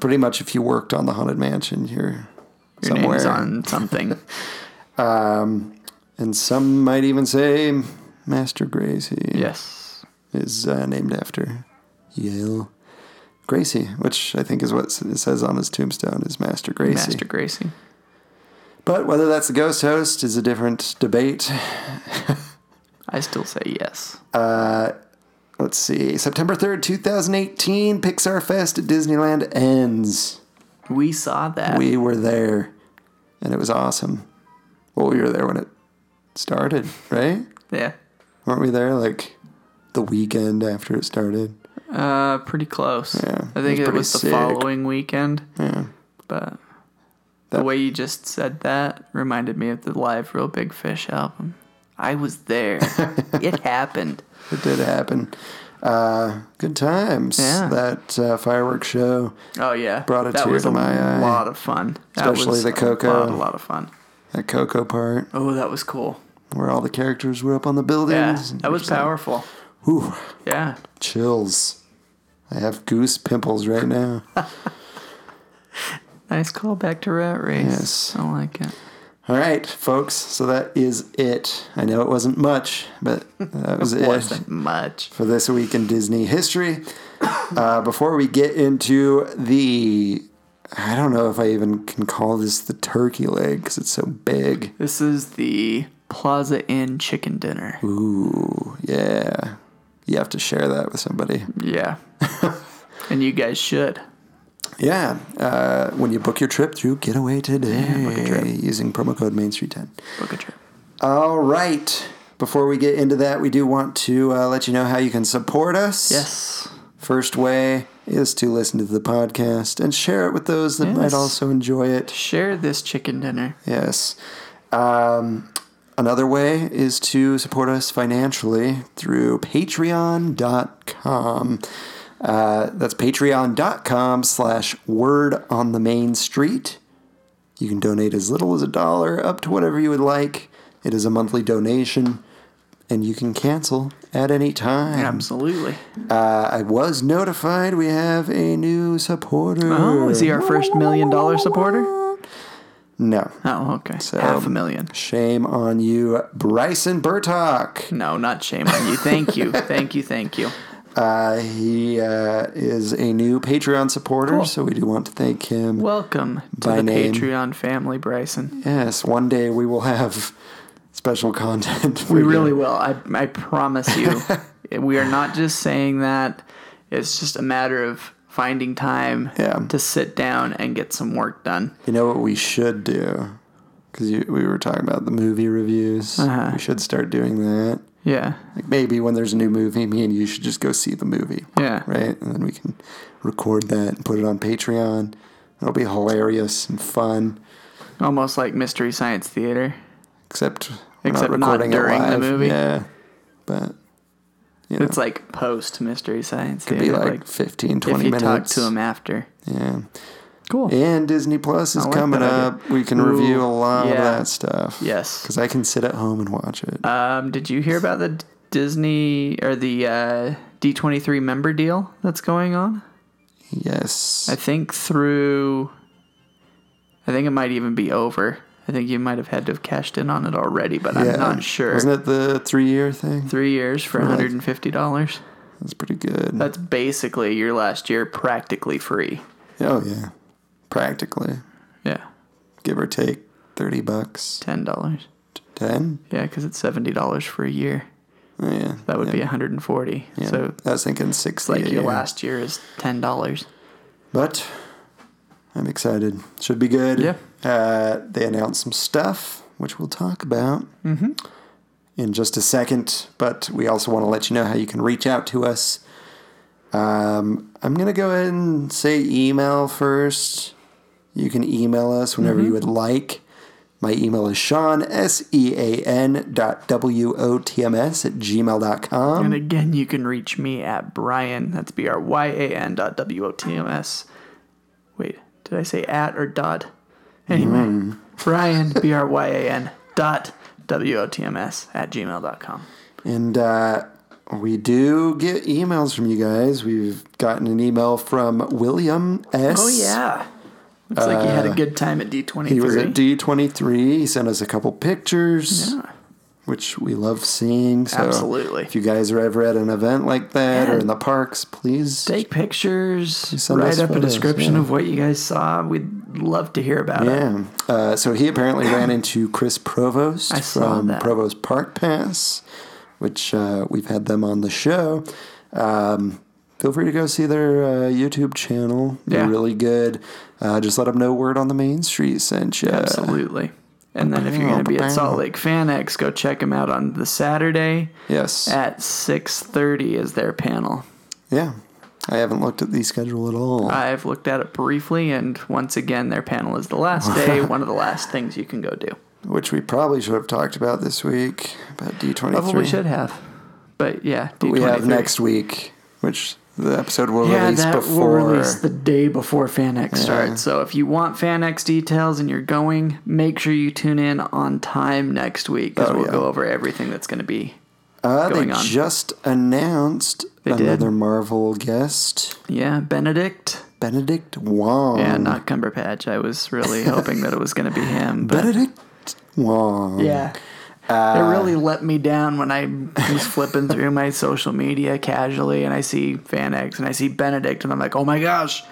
Pretty much if you worked on The Haunted Mansion, you're
your
somewhere. Um,
name's on something.
And some might even say Master Gracie
yes,
is uh, named after Yale Gracie, which I think is what s- it says on his tombstone is Master Gracie.
Master Gracie.
But whether that's the ghost host is a different debate.
I still say yes.
Let's see. September 3rd, 2018, Pixar Fest at Disneyland ends.
We saw that.
We were there, and it was awesome. Well, we were there when it started, right?
yeah,
Weren't we there like the weekend after it started?
uh, pretty close.
Yeah,
I think
it was
it
pretty
was the
sick.
following weekend.
Yeah.
But the
That-
way you just said that reminded me of the live Real Big Fish album. I was there. it happened.
It did happen. Uh, good times.
Yeah.
That uh, fireworks show,
Oh yeah,
Brought a
that
tear
was
to
a
my eye.
lot of fun. That
Especially
was
the
A
Coco.
lot, a lot of fun.
that Coco part,
Oh, that was cool.
where all the characters were up on the
Yeah,
buildings.
that was powerful.
Ooh,
Yeah.
chills. I have goose pimples right now.
Nice call back to Rat Race.
Yes.
I like it.
all right, folks. So that is it. I know it wasn't much, but that was it.
Wasn't much.
for this week in Disney history. Uh, before we get into the, I don't know if I even can call this the turkey leg because it's so big.
This is the Plaza Inn chicken dinner.
Ooh, yeah. You have to share that with somebody.
Yeah. and you guys should.
Yeah. Uh, when you book your trip through Getaway Today
trip.
using promo code Main Street 10.
Book a trip.
All right. Before we get into that, we do want to uh, let you know how you can support us.
Yes.
First way is to listen to the podcast and share it with those that might
Yes.
also enjoy it.
Share this chicken dinner.
Yes. Um, another way is to support us financially through patreon.com patreon.com. Uh, that's patreon.com slash word on the main street. You can donate as little as a dollar up to whatever you would like. It is a monthly donation, and you can cancel at any time.
Absolutely.
I was notified we have a new supporter.
Oh, is he our first million dollar supporter?
No.
Oh, okay. Half a million.
Shame on you, Bryson Burtock.
No, not shame on you. Thank you. Thank you. Thank you.
Uh, he uh, is a new Patreon supporter, so we do want to thank him.
Welcome to
By
the
name.
Patreon family, Bryson.
yes, one day we will have special content. For
We
you.
really will. I, I promise you. we are not just saying that. It's just a matter of finding time
Yeah.
to sit down and get some work done.
You know what we should do? Because we were talking about the movie reviews.
Uh-huh.
We should start doing that.
Yeah.
Like maybe when there's a new movie, me and you should just go see the movie.
Yeah.
Right? And then we can record that and put it on Patreon. It'll be hilarious and fun.
Almost like Mystery Science Theater.
Except we're
Except not
recording it
during the
live.
movie.
Yeah. But you know,
It's like post Mystery Science
could be
Theater.
like, 15, 20
if you
minutes.
talk to him after.
Yeah.
Cool.
And Disney Plus is
like
coming
that idea.
up. We can
Ooh,
review a lot of
yeah.
that stuff.
Yes.
Because I can sit at home and watch it.
Um, did you hear about the Disney or the uh, D23 member deal that's going on?
yes.
I think through. I think it might even be over. I think you might have had to have cashed in on it already, but I'm not sure.
Wasn't it the three year thing?
Three years for $150.
That's pretty good.
That's basically your last year practically free.
oh, yeah. Practically.
Yeah.
Give or take 30 bucks.
$10.
10?
Yeah, because it's $70 for a year.
Oh, yeah.
That would be 140
Yeah.
So
I was thinking 60.
like
a
your
year.
last year is $10.
But I'm excited. Should be good.
Yeah.
Uh, they announced some stuff, which we'll talk about in just a second. But we also want to let you know how you can reach out to us. Um, I'm going to go ahead and say email first. You can email us whenever you would like. My email is Sean, S E A N dot W O T M S at gmail.com.
And again, you can reach me at Brian. That's B R Y A N dot W O T M S. Wait, did I say at or dot? Anyway,
Mm.
Brian, B R Y A N dot W O T M S at gmail.com.
And uh, we do get emails from you guys. We've gotten an email from William S.
Oh, yeah. Looks like you had a good time at D23.
Uh, He was at D23. He sent us a couple pictures,
Yeah.
which we love seeing. So
Absolutely.
If you guys are ever at an event like that or
Yeah.
in the parks, please.
Take pictures,
send us
write up a
photos,
description
yeah.
of what you guys saw. We'd love to hear about it.
yeah. Uh, so he apparently ran into Chris Provost
I saw
from
that.
Provost Park Pass, which uh, we've had them on the show. Um, feel free to go see their uh, YouTube channel. They're
Yeah.
really good. Uh, just let them know word on the main street sent you.
Absolutely. And then if you're going to be at Salt Lake Fan X, go check them out on the Saturday.
Yes.
at 6.30 is their panel
yeah. I haven't looked at the schedule at all.
i've looked at it briefly and once again their panel is the last day one of the last things you can go do
which we probably should have talked about this week about D23.
probably should have but yeah
We have
D23.
next week, which the episode will
yeah
release
that
before.
will release the day before fan x starts so if you want fan x details and you're going make sure you tune in on time next week because
Oh,
we'll
yeah.
go over everything that's going to be
uh, they
going on.
just announced
They did.
another Marvel guest,
yeah benedict
Benedict Wong.
yeah not cumberpatch i was really hoping that it was going to be him but
Benedict Wong.
Yeah.
Uh,
it really let me down when I was flipping through my social media casually and I see Fan X and I see Benedict and I'm like, oh my gosh.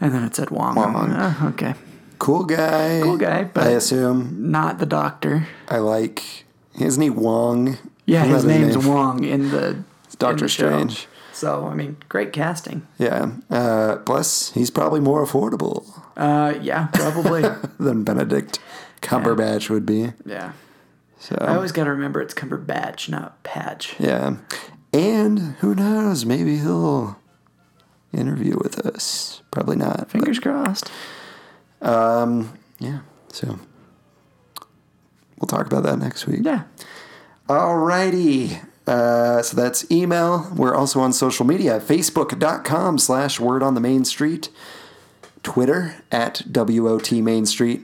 And then it said Wong. I'm like,
Wong.
"Oh, okay.
Cool guy.
Cool guy, but-
I assume.
Not the doctor.
I like. Isn't he Wong?
Yeah,
Isn't
his
that
name's
name?
Wong in the in
Doctor
the show.
Strange.
So, I mean, great casting.
Yeah. Uh, plus, he's probably more affordable
Uh, yeah, probably.
than Benedict Cumberbatch would be.
yeah.
So
I always got to remember it's Cumberbatch, not Patch.
Yeah. And who knows? Maybe he'll interview with us. Probably not. but,
Fingers crossed.
yeah. So we'll talk about that next week.
Yeah.
Alrighty. Uh, so that's email. We're also on social media, facebook.com slash word on the main street, Twitter at WOT Main Street,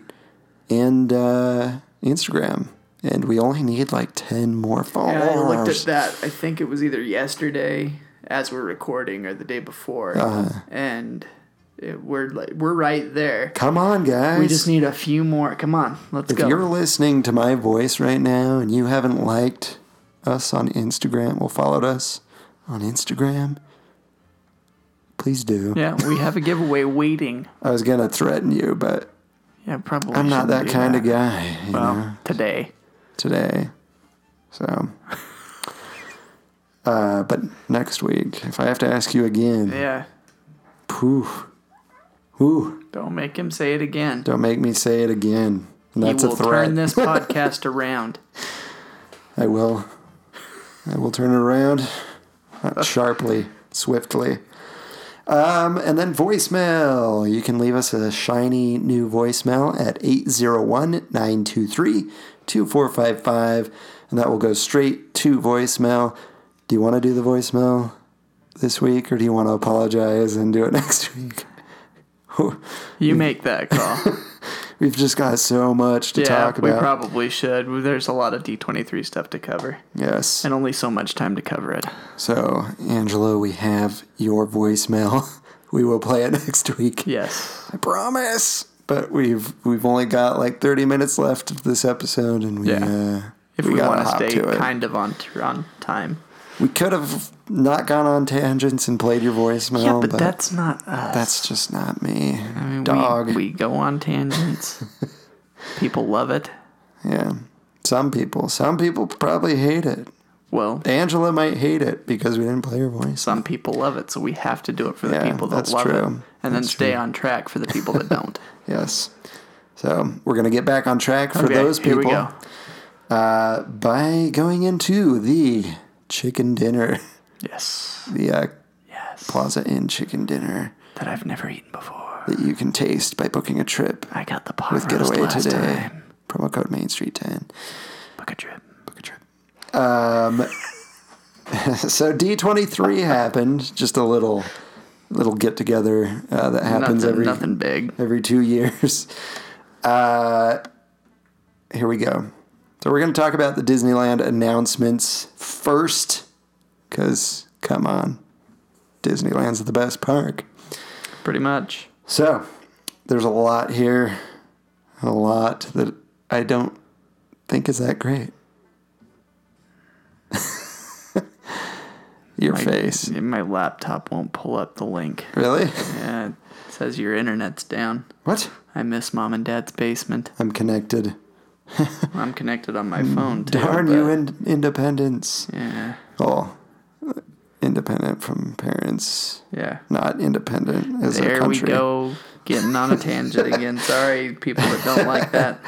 and uh, Instagram. And we only need like 10 more followers.
I looked at that. I think it was either yesterday, as we're recording, or the day before,
Uh-huh.
and it, we're like, we're right there.
Come on, guys.
We just need a few more. Come on, let's
If
go.
you're listening to my voice right now and you haven't liked us on Instagram, well, followed us on Instagram, please do.
yeah, we have a giveaway waiting.
I was going to threaten you, but
Yeah, probably.
I'm not that
shouldn't do
kind of guy you
Well,
know,
today.
today. So, uh, but next week, if I have to ask you again,
Yeah,
poof, whew,
don't make him say it again.
don't make me say it again. That's
he will
a threat.
turn this podcast around.
I will. I will turn it around Not sharply, swiftly. Um, and then voicemail. You can leave us a shiny new voicemail at 801 923 2455, and that will go straight to voicemail. Do you want to do the voicemail this week, or do you want to apologize and do it next week?
You make that call.
We've just got so much to
yeah,
talk
we
about.
probably should. There's a lot of D23 stuff to cover,
yes.
and only so much time to cover it.
So, Angelo, we have your voicemail. We will play it next week.
Yes.
I promise. But we've we've only got like 30 minutes left of this episode, and we
Yeah.
uh,
If we,
gotta
want to
hop
stay
it.
kind of on on time.
we could have not gone on tangents and played your voicemail.
Yeah, but, that's not us.
that's just not me,
I mean, we-
dog.
We, go on tangents. People love it.
yeah, some people, some people probably hate it.
Well,
Angela might hate it because we didn't play her voice.
some people love it, so we have to do it for the
Yeah,
people that
that's
love it,
true.
and then stay on track for the people that don't.
Yes. So we're gonna get back on track for
Okay,
those people.
Here we go.
by going into the chicken dinner,
Yes.
the uh,
Yes.
Plaza Inn chicken dinner
That I've never eaten before.
that you can taste by booking a trip
I got the pot
with
roast
Getaway
last
today.
time.
Promo code Main Street 10.
Book a trip.
Book a trip. Um, so D23 happened, just a little little get together uh, that happens
Nothing,
every
nothing big.
every two years. Uh, here we go. So we're going to talk about the Disneyland announcements first, because come on, Disneyland's the best park.
Pretty much.
So there's a lot here, a lot that I don't think is that great. Your face,
My laptop won't pull up the link.
really?
Yeah, it says your internet's down.
What?
I miss mom and dad's basement.
I'm connected.
I'm connected on my phone too.
Mm. Darn
but-
you, in- independence.
Yeah,
Well, independent from parents,
yeah.
not independent as a
There we
country.
go, getting on a tangent again. Sorry, people that don't like that.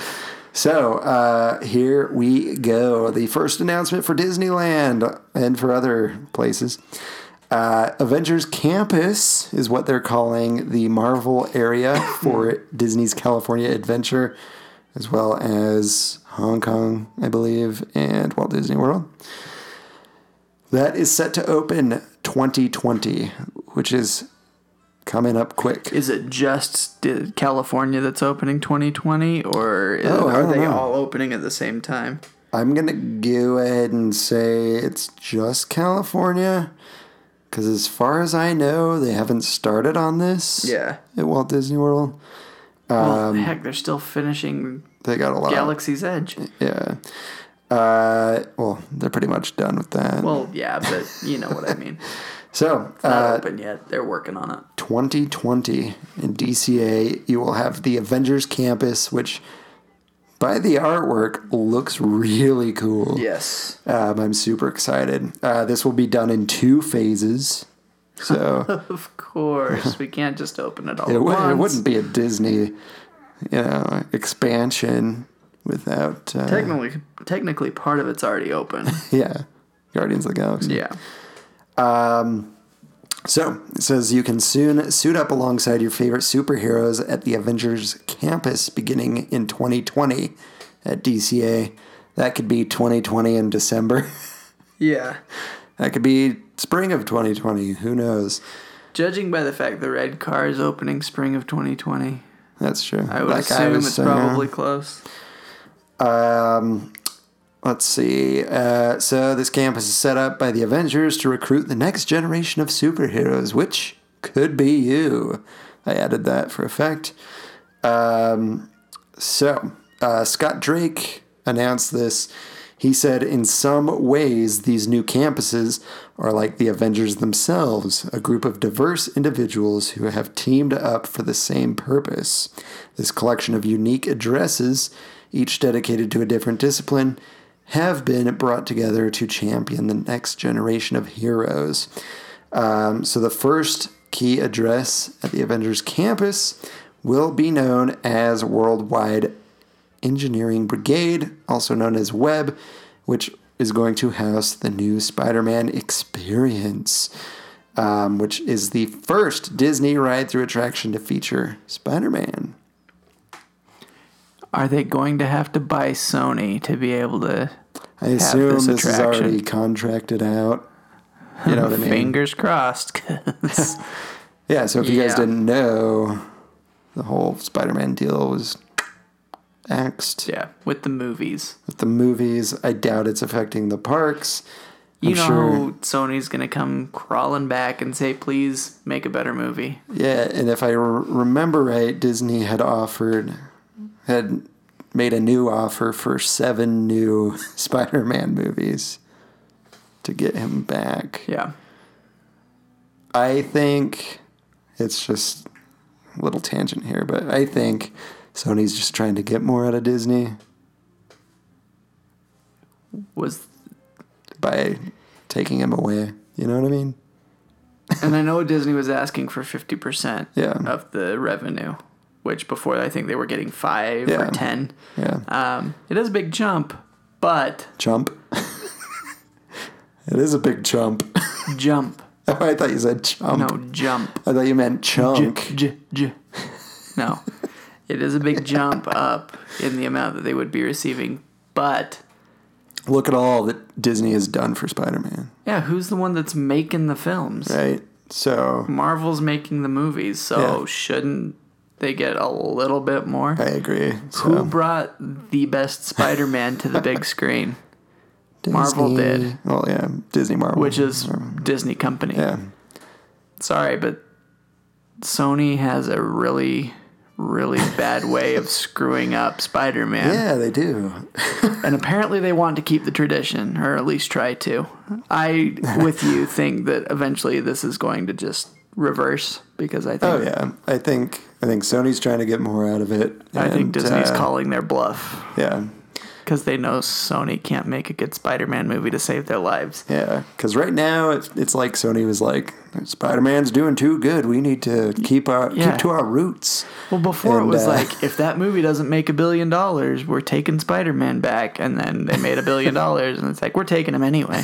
So uh, here we go. The first announcement for Disneyland and for other places. Uh, Avengers Campus is what they're calling the Marvel area for Disney's California Adventure, as well as Hong Kong, I believe, and Walt Disney World. That is set to open 2020, which is coming up quick.
Is it just di- California that's opening 2020, or is-
Oh, I
are
don't
they
know.
all opening at the same time?
I'm gonna go ahead and say it's just California, because as far as I know, they haven't started on this.
Yeah.
At Walt Disney World,
Well,
Um,
heck, they're still finishing
they got a lot.
Galaxy's Edge.
Yeah. Uh, well, they're pretty much done with that.
Well, yeah, but you know what I mean.
so
Not
uh,
open yet. They're working on it.
2020 in DCA, you will have the Avengers Campus, which by the artwork looks really cool.
Yes.
Um, I'm super excited. Uh, this will be done in two phases. So.
Of course, we can't just open it all.
It,
at
wou-
once.
it wouldn't be a Disney, you know, expansion without. Uh,
Technically, technically, part of it's already open.
Yeah, Guardians of the Galaxy.
yeah.
So it says you can soon suit up alongside your favorite superheroes at the Avengers campus beginning in 2020 at DCA. That could be 2020 in December.
Yeah.
That could be spring of 2020. Who knows?
Judging by the fact the red car is opening spring of 2020,
That's true.
I would
Like
assume
was
it's
saying, uh,
probably close.
Um, let's see. Uh, so this campus is set up by the Avengers to recruit the next generation of superheroes, which could be you. I added that for effect. Um, so uh, Scott Drake announced this. He said, in some ways, these new campuses are like the Avengers themselves, a group of diverse individuals who have teamed up for the same purpose. This collection of unique addresses, each dedicated to a different discipline, have been brought together to champion the next generation of heroes. Um, so the first key address at the Avengers campus will be known as Worldwide Engineering Brigade, also known as Web, which is going to house the new Spider Man experience, um, which is the first Disney ride through attraction to feature Spider Man.
Are they going to have to buy Sony to be able to
I assume
this
this, is
attraction.
already contracted out. You know what I mean?
fingers crossed 'cause
Yeah, so if you guys
Yeah.
didn't know, the whole Spider Man deal was axed
yeah, with the movies.
with the movies. I doubt it's affecting the parks.
You
I'm
know
sure.
Sony's going to come crawling back and say, "Please make a better movie."
Yeah, and if I re- remember right, Disney had offered, had made a new offer for seven new Spider Man movies to get him back.
Yeah.
I think it's just a little tangent here, but I think Sony's just trying to get more out of Disney
Was
by taking him away. You know what I mean?
and I know Disney was asking for 50%
Yeah.
of the revenue, which before I think they were getting 5
Yeah.
or 10.
Yeah.
Um, it is a big jump, but
Uh, Chump. it is a big chump.
jump.
Oh, I thought you said chump.
No, jump.
I thought you meant chunk.
J- j- j. No. It is a big jump up in the amount that they would be receiving, but
Look at all that Disney has done for Spider Man,
yeah, who's the one that's making the films?
right? So
Marvel's making the movies, so
Yeah.
shouldn't they get a little bit more?
I agree. So,
Who brought the best Spider-Man to the big screen? Marvel did.
Well, yeah, Disney Marvel.
which is Disney company.
Mm-hmm. yeah,
Sorry, but Sony has a really, really bad way of screwing up Spider-Man.
yeah, they do.
And apparently they want to keep the tradition, or at least try to. I, with you, think that eventually this is going to just reverse because I think
Oh yeah, I think I think Sony's trying to get more out of it.
I think
and,
Disney's
uh,
calling their bluff
Yeah,
because they know Sony can't make a good Spider-Man movie to save their lives.
yeah. Because right now it's, it's like Sony was like, Spider Man's doing too good. We need to keep our
Yeah.
keep to our roots.
Well, before
And,
it was
uh,
like, if that movie doesn't make a billion dollars, we're taking Spider Man back. And then they made a billion dollars, and it's like, we're taking him anyway.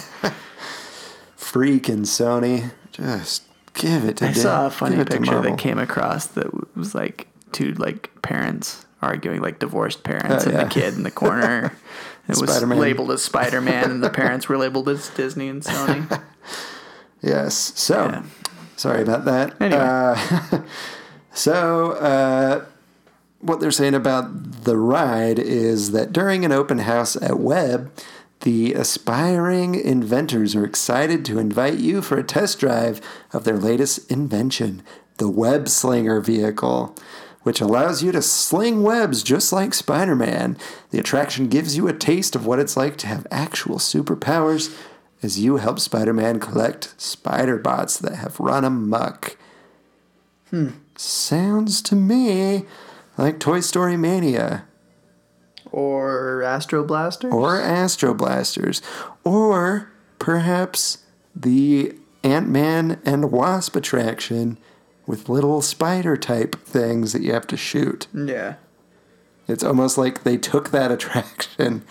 Freaking Sony, just give it to.
I saw
Di-
a funny
give it to
picture
Marvel.
that came across that was like two like parents arguing, like divorced parents,
Oh,
and
yeah.
the kid in the corner. It was
Spider-Man.
labeled as Spider Man, and the parents were labeled as Disney and Sony.
Yes. So,
Yeah.
sorry about that.
Anyway.
Uh, so, uh, what they're saying about the ride is that during an open house at Webb, the aspiring inventors are excited to invite you for a test drive of their latest invention, the Web Slinger vehicle, which allows you to sling webs just like Spider Man. The attraction gives you a taste of what it's like to have actual superpowers as you help Spider Man collect spider bots that have run amok. Sounds to me like Toy Story Mania
Or Astro Blaster?
or Astro Blasters or perhaps the Ant Man and Wasp attraction with little spider type things that you have to shoot.
Yeah.
It's almost like they took that attraction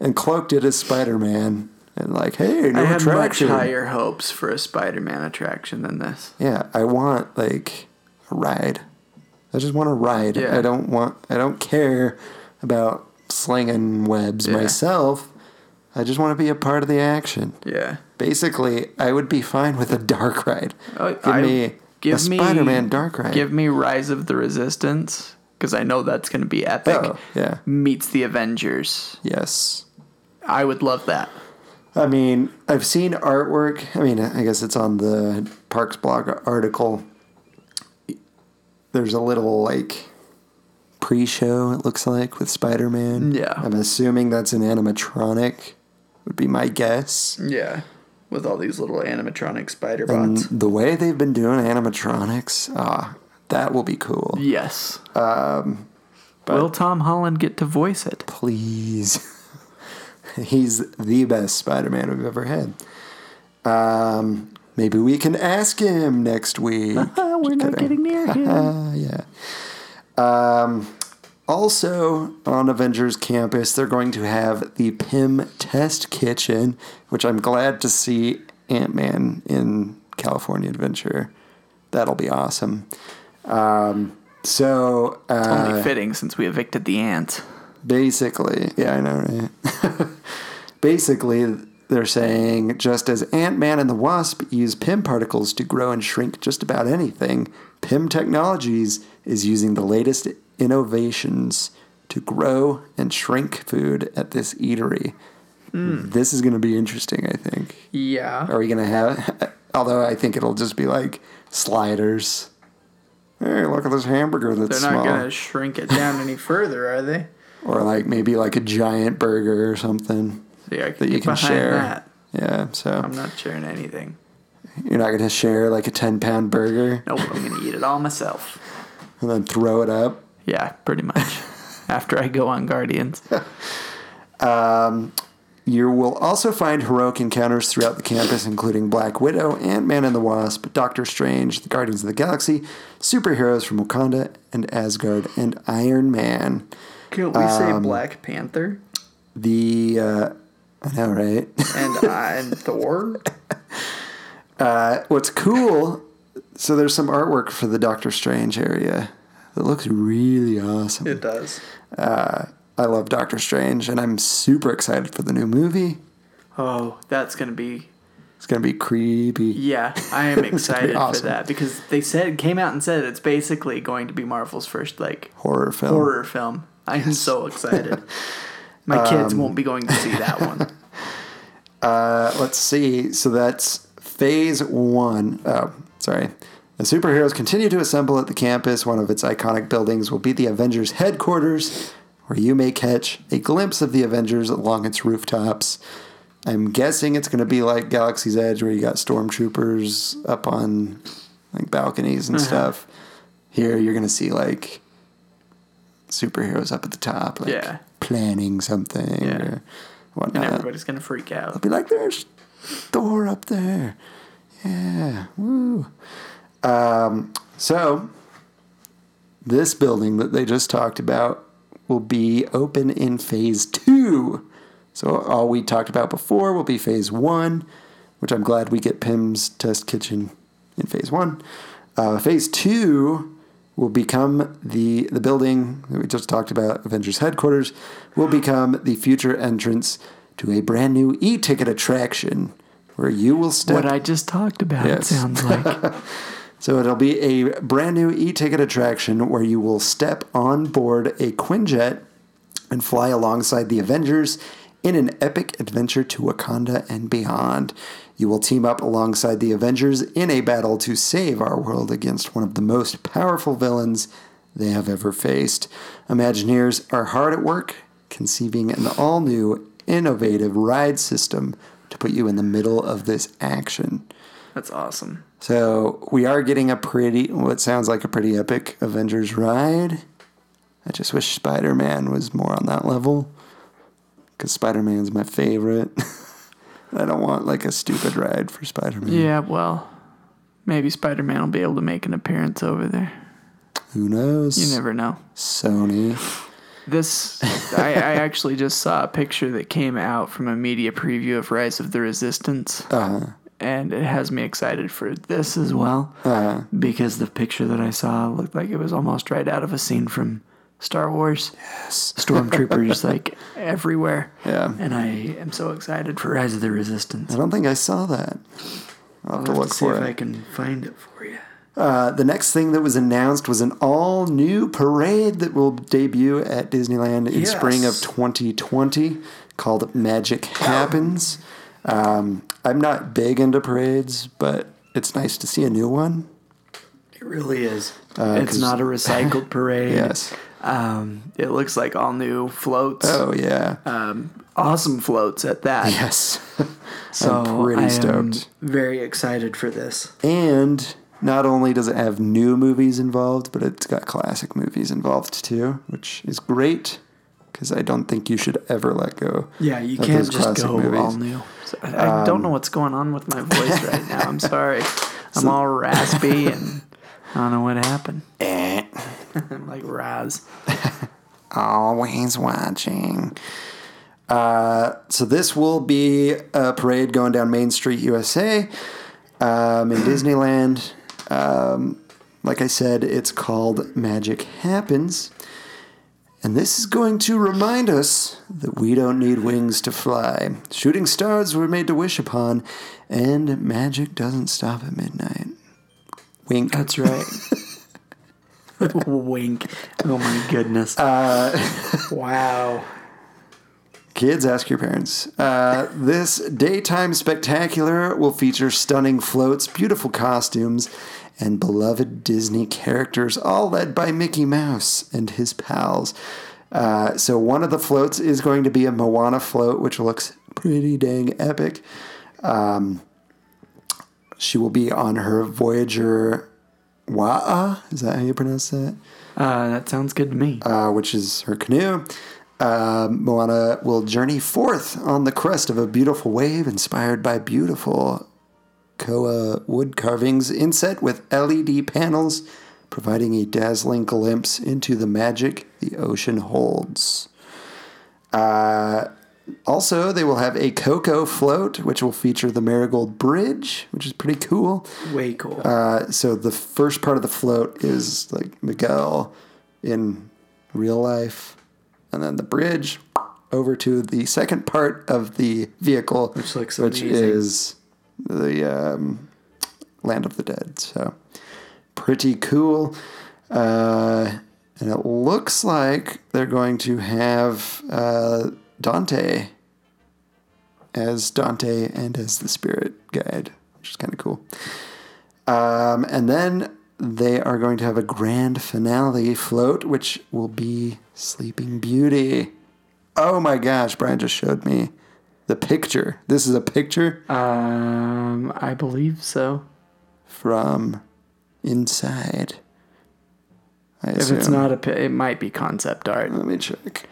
and cloaked it as Spider Man and, like, hey, new
I had much
attraction.
higher hopes for a Spider Man attraction than this.
Yeah, I want like a ride. I just want a ride.
Yeah.
I don't want. I don't care about slinging webs
Yeah.
myself. I just want to be a part of the action.
Yeah.
Basically, I would be fine with a dark ride.
Oh,
give
I-
me
give
a
me-
Spider-Man dark ride.
Give me Rise of the Resistance because I know that's going to be epic.
Oh, yeah.
Meets the Avengers.
yes.
I would love that.
I mean, I've seen artwork. I mean, I guess it's on the Parks blog article. There's a little like pre-show it looks like with Spider-Man.
Yeah.
I'm assuming that's an animatronic. Would be my guess.
Yeah. With all these little animatronic spider
And
bots.
the way they've been doing animatronics, ah, that will be cool.
yes. Um, will Tom Holland get to voice it?
Please. He's the best Spider Man we've ever had. Um, maybe we can ask him next week.
We're not getting near him.
Uh, yeah. Um, also, on Avengers Campus, they're going to have the PIM Test Kitchen, which I'm glad to see Ant Man in California Adventure. That'll be awesome. Um, so, uh,
Only fitting since we evicted the ant.
Basically, yeah, I know, right? Basically, they're saying just as Ant Man and the Wasp use PIM particles to grow and shrink just about anything, PIM Technologies is using the latest innovations to grow and shrink food at this eatery. This is going to be interesting, I think.
Hmm. Yeah.
Are we going to have, although I think it'll just be like sliders. Hey, look at this hamburger that's
They're not
small.
going to shrink it down any further, are they?
or like maybe like a giant burger or something
Yeah, I can
that you
get
can
behind
share.
that.
Yeah, so
I'm not sharing anything.
you're not gonna share like a ten pound burger
Nope, I'm going to eat it all myself.
and then throw it up.
Yeah, pretty much. After I go on Guardians.
You will also find heroic encounters throughout the campus, including Black Widow, Ant Man and the Wasp, Doctor Strange, the Guardians of the Galaxy, superheroes from Wakanda and Asgard, and Iron Man.
Can we say Black Panther
The uh, I know, right?
and, and Thor?
What's cool, so there's some artwork for the Doctor Strange area that looks really awesome.
It does.
I love Doctor Strange, and I'm super excited for the new movie.
Oh, that's going to be.
It's gonna be creepy.
Yeah, I am excited
awesome.
for that because they said came out and said it's basically going to be Marvel's first like
Horror film.
horror film. I am so excited. My
Um,
kids won't be going to see that one.
Uh, let's see. So that's phase one. Oh, sorry. The superheroes continue to assemble at the campus. One of its iconic buildings will be the Avengers headquarters, where you may catch a glimpse of the Avengers along its rooftops. I'm guessing it's going to be like Galaxy's Edge, where you got stormtroopers up on like balconies
Uh-huh.
and stuff. Here, you're going to see like superheroes up at the top, like
Yeah.
planning something
Yeah.
or
And
whatnot.
everybody's going to freak out.
uh, Be like, there's Thor up there. Yeah. Woo. Um, so, this building that they just talked about will be open in phase two. So, all we talked about before will be phase one, which I'm glad we get Pim's test kitchen in phase one. Uh, phase two will become the the building that we just talked about, Avengers headquarters, will become the future entrance to a brand new e-ticket attraction where you will step
What I just talked about
Yes.
sounds like
so it'll be a brand new e-ticket attraction where you will step on board a Quinjet and fly alongside the Avengers in an epic adventure to Wakanda and beyond. You will team up alongside the Avengers in a battle to save our world against one of the most powerful villains they have ever faced. Imagineers are hard at work conceiving an all new, innovative ride system to put you in the middle of this action.
that's awesome.
So we are getting a pretty, what sounds like a pretty epic Avengers ride. I just wish Spider Man was more on that level because Spider Man's my favorite. I don't want like a stupid ride for Spider Man.
Yeah, well, maybe Spider Man will be able to make an appearance over there.
Who knows?
You never know.
Sony.
This, I, I actually just saw a picture that came out from a media preview of Rise of the Resistance,
Uh,
and it has me excited for this
Uh-huh.
as well. Because the picture that I saw looked like it was almost right out of a scene from Star Wars. Yes. Stormtroopers like everywhere.
Yeah.
And I am so excited for Rise of the Resistance.
I don't think I saw that. I'll have to look
I'll have to see
for
if I
it.
can find it for you.
Uh, the next thing that was announced was an all new parade that will debut at Disneyland in
Yes.
spring of 2020 called Magic Happens. Um, I'm not big into parades, but it's nice to see a new one.
It really is. it's
Uh, 'cause-
not a recycled parade.
Yes.
Um, it looks like all new floats.
Oh, yeah.
Uh, Awesome floats at that.
yes.
So
I'm pretty
I am
stoked.
very excited for this.
And not only does it have new movies involved, but it's got classic movies involved too, which is great because I don't think you should ever let go.
Yeah, you
of
can't
those
just
classic Um,
go all new. So I, I don't know what's going on with my voice right now. I'm sorry. I'm all raspy and I don't know what happened.
Eh.
I'm like Raz.
always watching. Uh, so this will be a parade going down Main Street, USA, um, in Disneyland. Um, like I said, it's called Magic Happens, and this is going to remind us that we don't need wings to fly. Shooting stars were made to wish upon, and magic doesn't stop at midnight. Wink.
That's right. Wink. Oh my goodness.
Uh,
wow.
Kids, ask your parents. Uh, this daytime spectacular will feature stunning floats, beautiful costumes, and beloved Disney characters, all led by Mickey Mouse and his pals. Uh, so, one of the floats is going to be a Moana float, which looks pretty dang epic. Um, she will be on her Voyager Wa'a. Is that how you pronounce that?
Uh, that sounds good to me.
uh, which is her canoe. Uh, Moana will journey forth on the crest of a beautiful wave inspired by beautiful koa wood carvings inset with LED panels, providing a dazzling glimpse into the magic the ocean holds. Uh, Also, they will have a cocoa float, which will feature the Marigold Bridge, which is pretty cool.
Way cool.
Uh, so the first part of the float is like Miguel in real life, and then the bridge over to the second part of the vehicle, which
looks
which
amazing.
is the um, Land of the Dead. So pretty cool. Uh, and it looks like they're going to have uh, Dante as Dante and as the spirit guide, which is kind of cool. Um, and then they are going to have a grand finale float, which will be Sleeping Beauty. Oh my gosh, Brian just showed me the picture. This is a picture
um, I believe so.
from inside. I
If it's
assume.
not a, pi- it might be concept art.
let me check.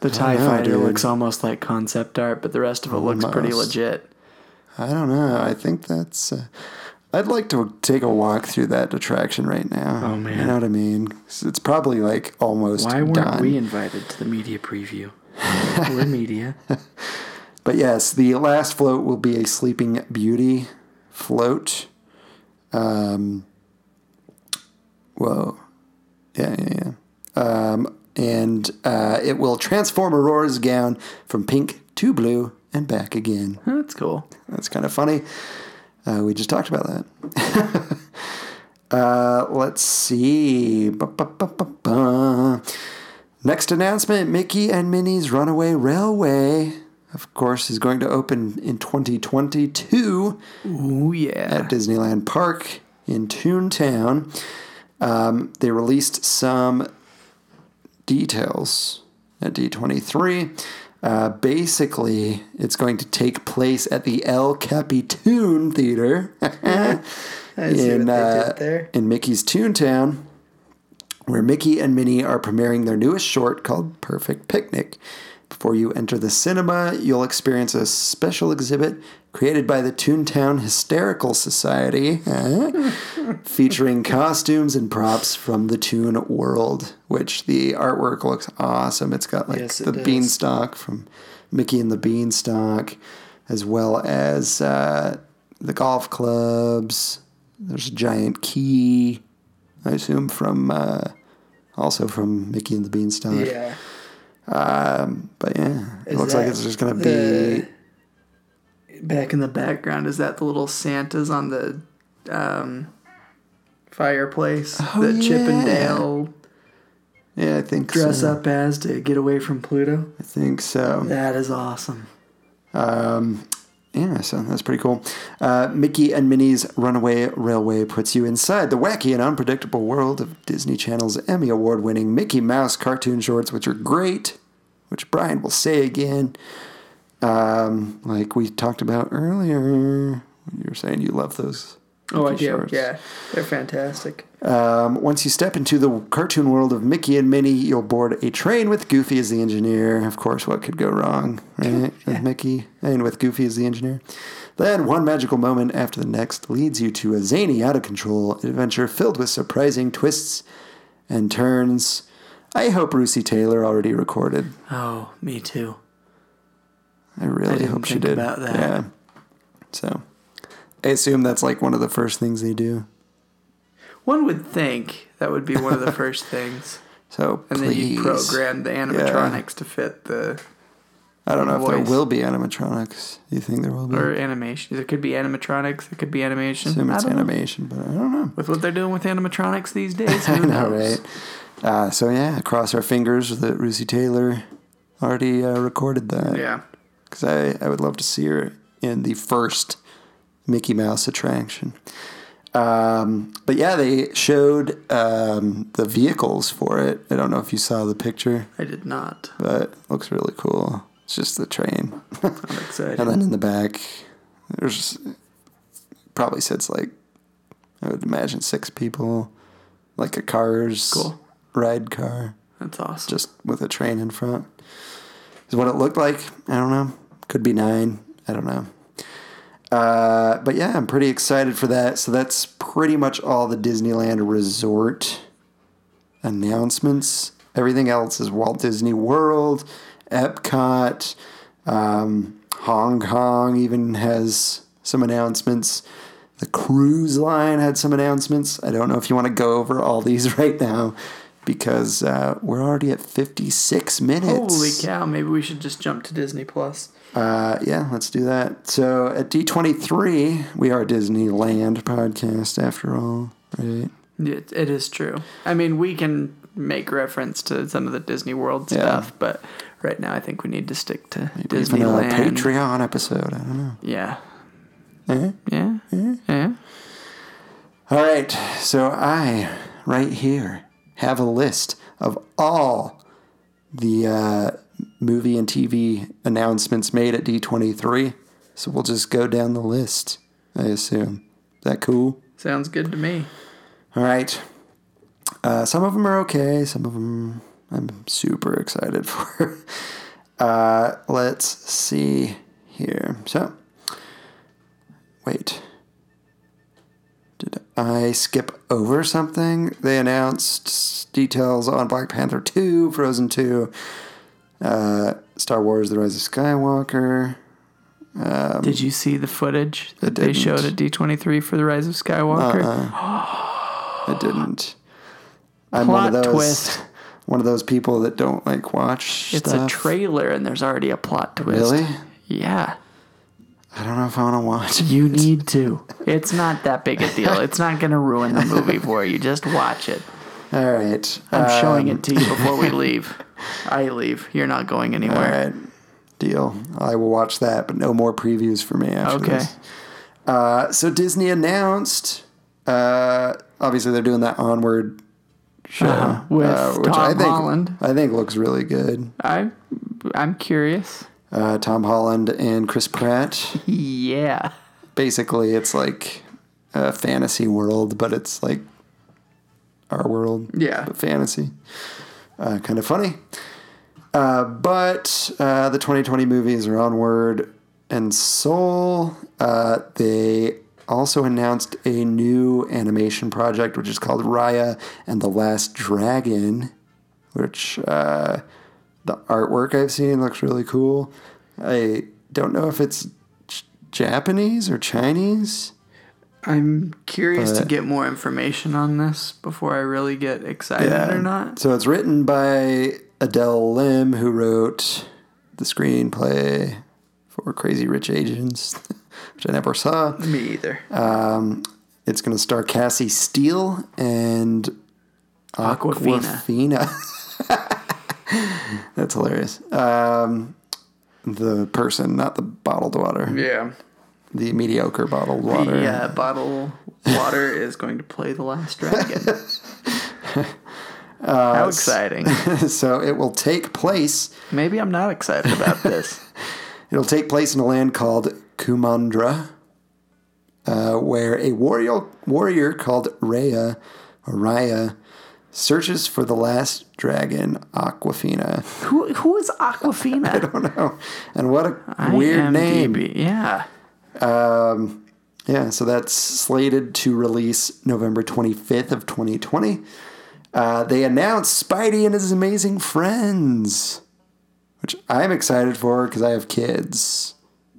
The Tie
know,
Fighter
dude.
looks almost like concept art, but the rest of it looks pretty
Almost.
legit.
I don't know. I think that's. Uh, I'd like to take a walk through that attraction right now.
Oh, man.
you know what I mean? 'Cause It's probably like almost
Why weren't
done.
we invited to the media preview? We're media.
But yes, the last float will be a Sleeping Beauty float. Um, whoa. Yeah, yeah, yeah. Um, and uh, it will transform Aurora's gown from pink to blue and back again.
That's cool.
That's kind of funny. Uh, we just talked about that. uh, let's see. Ba-ba-ba-ba-ba. Next announcement Mickey and Minnie's Runaway Railway, of course, is going to open in 2022
Ooh yeah.
at Disneyland Park in Toontown. Um, they released some details at D23. Uh, basically, it's going to take place at the El Capitan Theater in, uh, in Mickey's Toontown, where Mickey and Minnie are premiering their newest short called Perfect Picnic. Before you enter the cinema, you'll experience a special exhibit created by the Toontown Hysterical Society, eh, featuring costumes and props from the Toon world, which the artwork looks awesome. It's got like
Yes, it
the
does.
beanstalk from Mickey and the Beanstalk, as well as uh, the golf clubs. There's a giant key. I assume from uh, also from Mickey and the Beanstalk.
Yeah.
But yeah, it
Is
looks like
that
it's just gonna be
the- Back in
In the background, is that the little Santas on the um, fireplace that Chip
yeah.
and Dale
yeah. I think
dress
so.
up as to get away from Pluto?
I think so.
That is awesome.
Yeah, so that's pretty cool. Uh, Mickey and Minnie's Runaway Railway puts you inside the wacky and unpredictable world of Disney Channel's Emmy Award winning Mickey Mouse cartoon shorts, which are great, which Brian will say again. Um, like we talked about earlier, you were saying you love those.
Oh, I
Mickey
do.
shorts.
Yeah, they're fantastic.
Um, once you step into the cartoon world of Mickey and Minnie, you'll board a train with Goofy as the engineer. Of course, what could go wrong, right? With Mickey and with Goofy as the engineer. Then, one magical moment after the next leads you to a zany, out of control adventure filled with surprising twists and turns. I hope Lucy Taylor already recorded.
Oh, me too.
I really
didn't
hope she
think
did.
about that.
Yeah. So, I assume that's like one of the first things they do.
One would think that would be one of the first things.
So,
And
please.
then you program the animatronics to fit the
I don't know if there
voice.
will be animatronics. Do you think there will be?
or animation. It could be animatronics. It could be animation.
assume
I
it's
don't know.
animation, but I don't know.
With what they're doing with animatronics these days, who
I know,
knows?
right? Uh, so yeah, cross our fingers that Lucy Taylor already uh, recorded that.
Yeah,
because I, I would love to see her in the first Mickey Mouse attraction. Um, but yeah, they showed um, the vehicles for it. I don't know if you saw the picture,
I did not.
but it looks really cool. It's just the train.
I'm excited.
And then in the back, there's probably sits like I would imagine six people, like a car's
Cool.
ride car,
That's awesome.
just with a train in front. Is what it looked like. I don't know. Could be nine. I don't know. Uh, but yeah, I'm pretty excited for that. So that's pretty much all the Disneyland Resort announcements. Everything else is Walt Disney World, Epcot, um, Hong Kong even has some announcements. The cruise line had some announcements. I don't know if you want to go over all these right now because uh, we're already at 56 minutes.
Holy cow! Maybe we should just jump to Disney Plus.
Uh, yeah, let's do that. So at D23, we are a Disneyland podcast after all, right?
It, it is true. I mean, we can make reference to some of the Disney World stuff, but right now I think we need to stick to
Even a
Disneyland.
Patreon episode. I don't know.
Yeah.
Eh?
Yeah. Yeah.
All right, so I, right here, have a list of all the uh, movie and TV announcements made at D23. So we'll just go down the list, I assume. Is that cool?
Sounds good to me.
All right. Uh, some of them are okay, some of them I'm super excited for. uh, let's see here. So, wait. Did I skip over something? They announced s- details on Black Panther 2, Frozen 2, uh, Star Wars The Rise of Skywalker.
Did you see the footage that they
didn't. Uh-uh,
showed at D23 for The Rise of Skywalker?
I didn't. I'm
Plot twist.
One of those people that don't like watch.
It's
stuff.
a trailer and there's already a plot twist.
Really?
Yeah.
I don't know if I want to watch. it.
You need to. It's not that big a deal. It's not going to ruin the movie for you. Just watch it.
All right.
I'm
Uh,
showing it to you before we leave. I leave. You're not going
um, all
anywhere.
right. Deal. I will watch that, but no more previews for me after
Okay.
this. Uh, so Disney announced. Uh, obviously, they're doing that onward show
With
uh, which
Tom
I think
Holland.
I think looks really good.
I, I'm curious.
Uh, Tom Holland and Chris Pratt.
Yeah.
basically it's like a fantasy world, but it's like our world.
Yeah.
But fantasy. Uh, kind of funny. Uh, but uh, the 2020 movies are Onward and Soul. Uh, they also announced a new animation project, which is called Raya and the Last Dragon, which uh, the artwork I've seen looks really cool. I don't know if it's J- Japanese or Chinese.
I'm curious to
But-
get more information on this before I really get excited or not.
So it's written by Adele Lim, who wrote the screenplay for Crazy Rich Asians, which I never saw.
Me either.
It's going to star Cassie Steele and
Aquafina.
Aquafina. That's hilarious. Um, the person, not the bottled water,
Yeah.
the mediocre bottled water.
The uh, bottle water is going to play the last dragon. How exciting.
so it will take place.
Maybe I'm not excited about this.
It'll take place in a land called Kumandra, uh, where a warrior warrior called Rhea, or Raya, searches for the last dragon, Aquafina. Oh,
who, who is Aquafina?
And what a weird name!
IMDb. Yeah.
Yeah, so that's slated to release November 25th of 2020. Uh, they announced Spidey and his amazing friends, which I'm excited for because I have kids.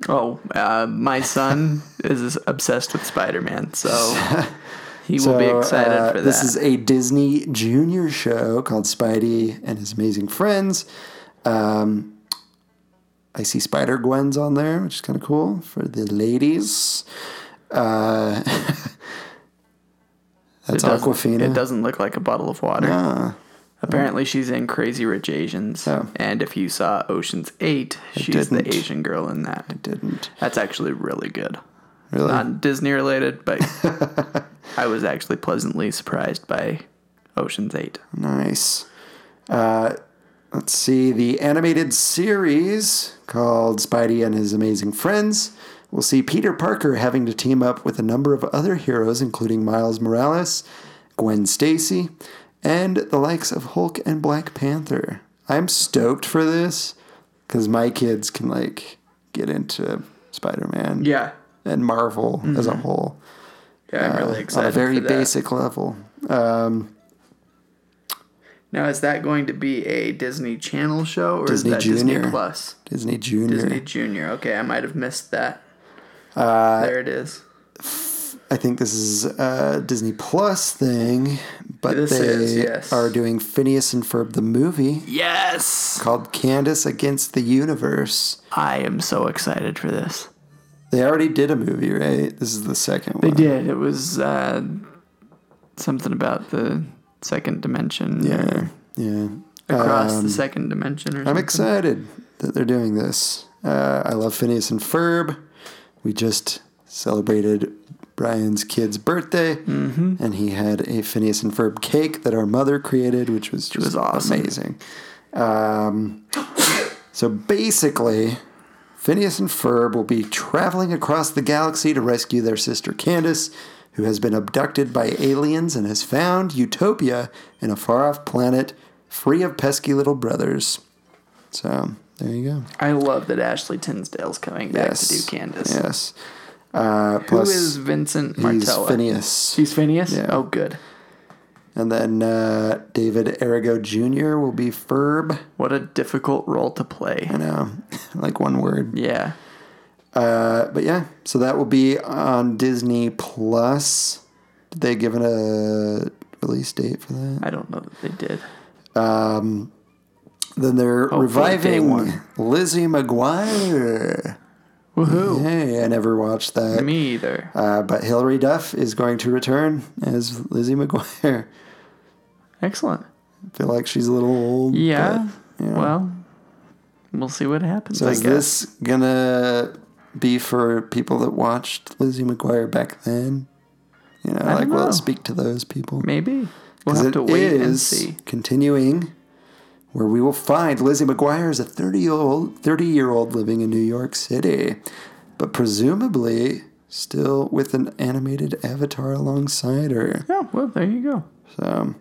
Oh, uh, my son is obsessed with Spider Man, so he will be
So,
excited
uh,
for that.
This is a Disney Junior show called Spidey and His Amazing Friends. Um, I see Spider Gwen's on there, which is kind of cool for the ladies. Uh, that's
it doesn't-
Aquafina.
It doesn't look like a bottle of water.
Ah.
Apparently, she's in Crazy Rich Asians.
Oh.
And if you saw Ocean's Eight, she's
didn't.
the Asian girl in that.
didn't
That's actually really good.
really.
Not Disney related, but I was actually pleasantly surprised by Ocean's Eight.
Nice. Uh, let's see. The animated series called Spidey and His Amazing Friends will see Peter Parker having to team up with a number of other heroes, including Miles Morales, Gwen Stacy, and the likes of Hulk and Black Panther. I'm stoked for this because my kids can, like, get into Spider Man
Yeah.
and Marvel as a whole
Yeah, I'm really
on
excited.
Uh, a very
for that.
basic level.
Now, is that going to be a Disney Channel show or
Disney
is that
Junior.
Disney Plus?
Disney Junior.
Disney Junior. Okay, I might have missed that.
Uh,
there it is.
I think this is a Disney Plus thing, but
This
they
is, yes.
are doing Phineas and Ferb the movie
Yes,
called Candace Against the Universe.
I am so excited for this.
They already did a movie, right? This is the second
They
one.
did. It was uh, something about the second dimension.
Yeah.
or
Yeah.
across the second dimension. Or
I'm
something.
excited that they're doing this. Uh, I love Phineas and Ferb. We just celebrated Brian's kid's birthday,
Mm-hmm.
and he had a Phineas and Ferb cake that our mother created, which was just
was awesome.
amazing. Um, so basically, Phineas and Ferb will be traveling across the galaxy to rescue their sister Candace, who has been abducted by aliens and has found utopia in a far off planet free of pesky little brothers. So um, there you go.
I love that Ashley Tinsdale's coming back
Yes.
to do Candace.
Yes. Uh,
Who
plus,
is Vincent
he's
Martella?
Phineas.
She's Phineas.
Yeah.
Oh, good.
and then uh, David Arago Jr. will be Ferb.
What a difficult role to play.
You know, like one word.
Yeah.
But yeah, so that will be on Disney Plus. Did they give it a release date for that?
I don't know that they did.
Then they're
day
reviving
Oh, one.
Lizzie McGuire.
Woohoo.
Hey, I never watched that.
Me either.
Uh, but Hilary Duff is going to return as Lizzie McGuire.
Excellent.
I feel like she's a little old.
Yeah.
but, you know.
Well, we'll see what happens.
so
I
is
guess.
this gonna be for people that watched Lizzie McGuire back then? You know, like
don't know.
we'll speak to those people.
maybe we'll
'Cause
have
it
to wait and
is
see.
Continuing, where we will find Lizzie McGuire is a thirty-year-old, thirty-year-old living in New York City, but presumably still with an animated avatar alongside her.
Oh well, there you go.
So,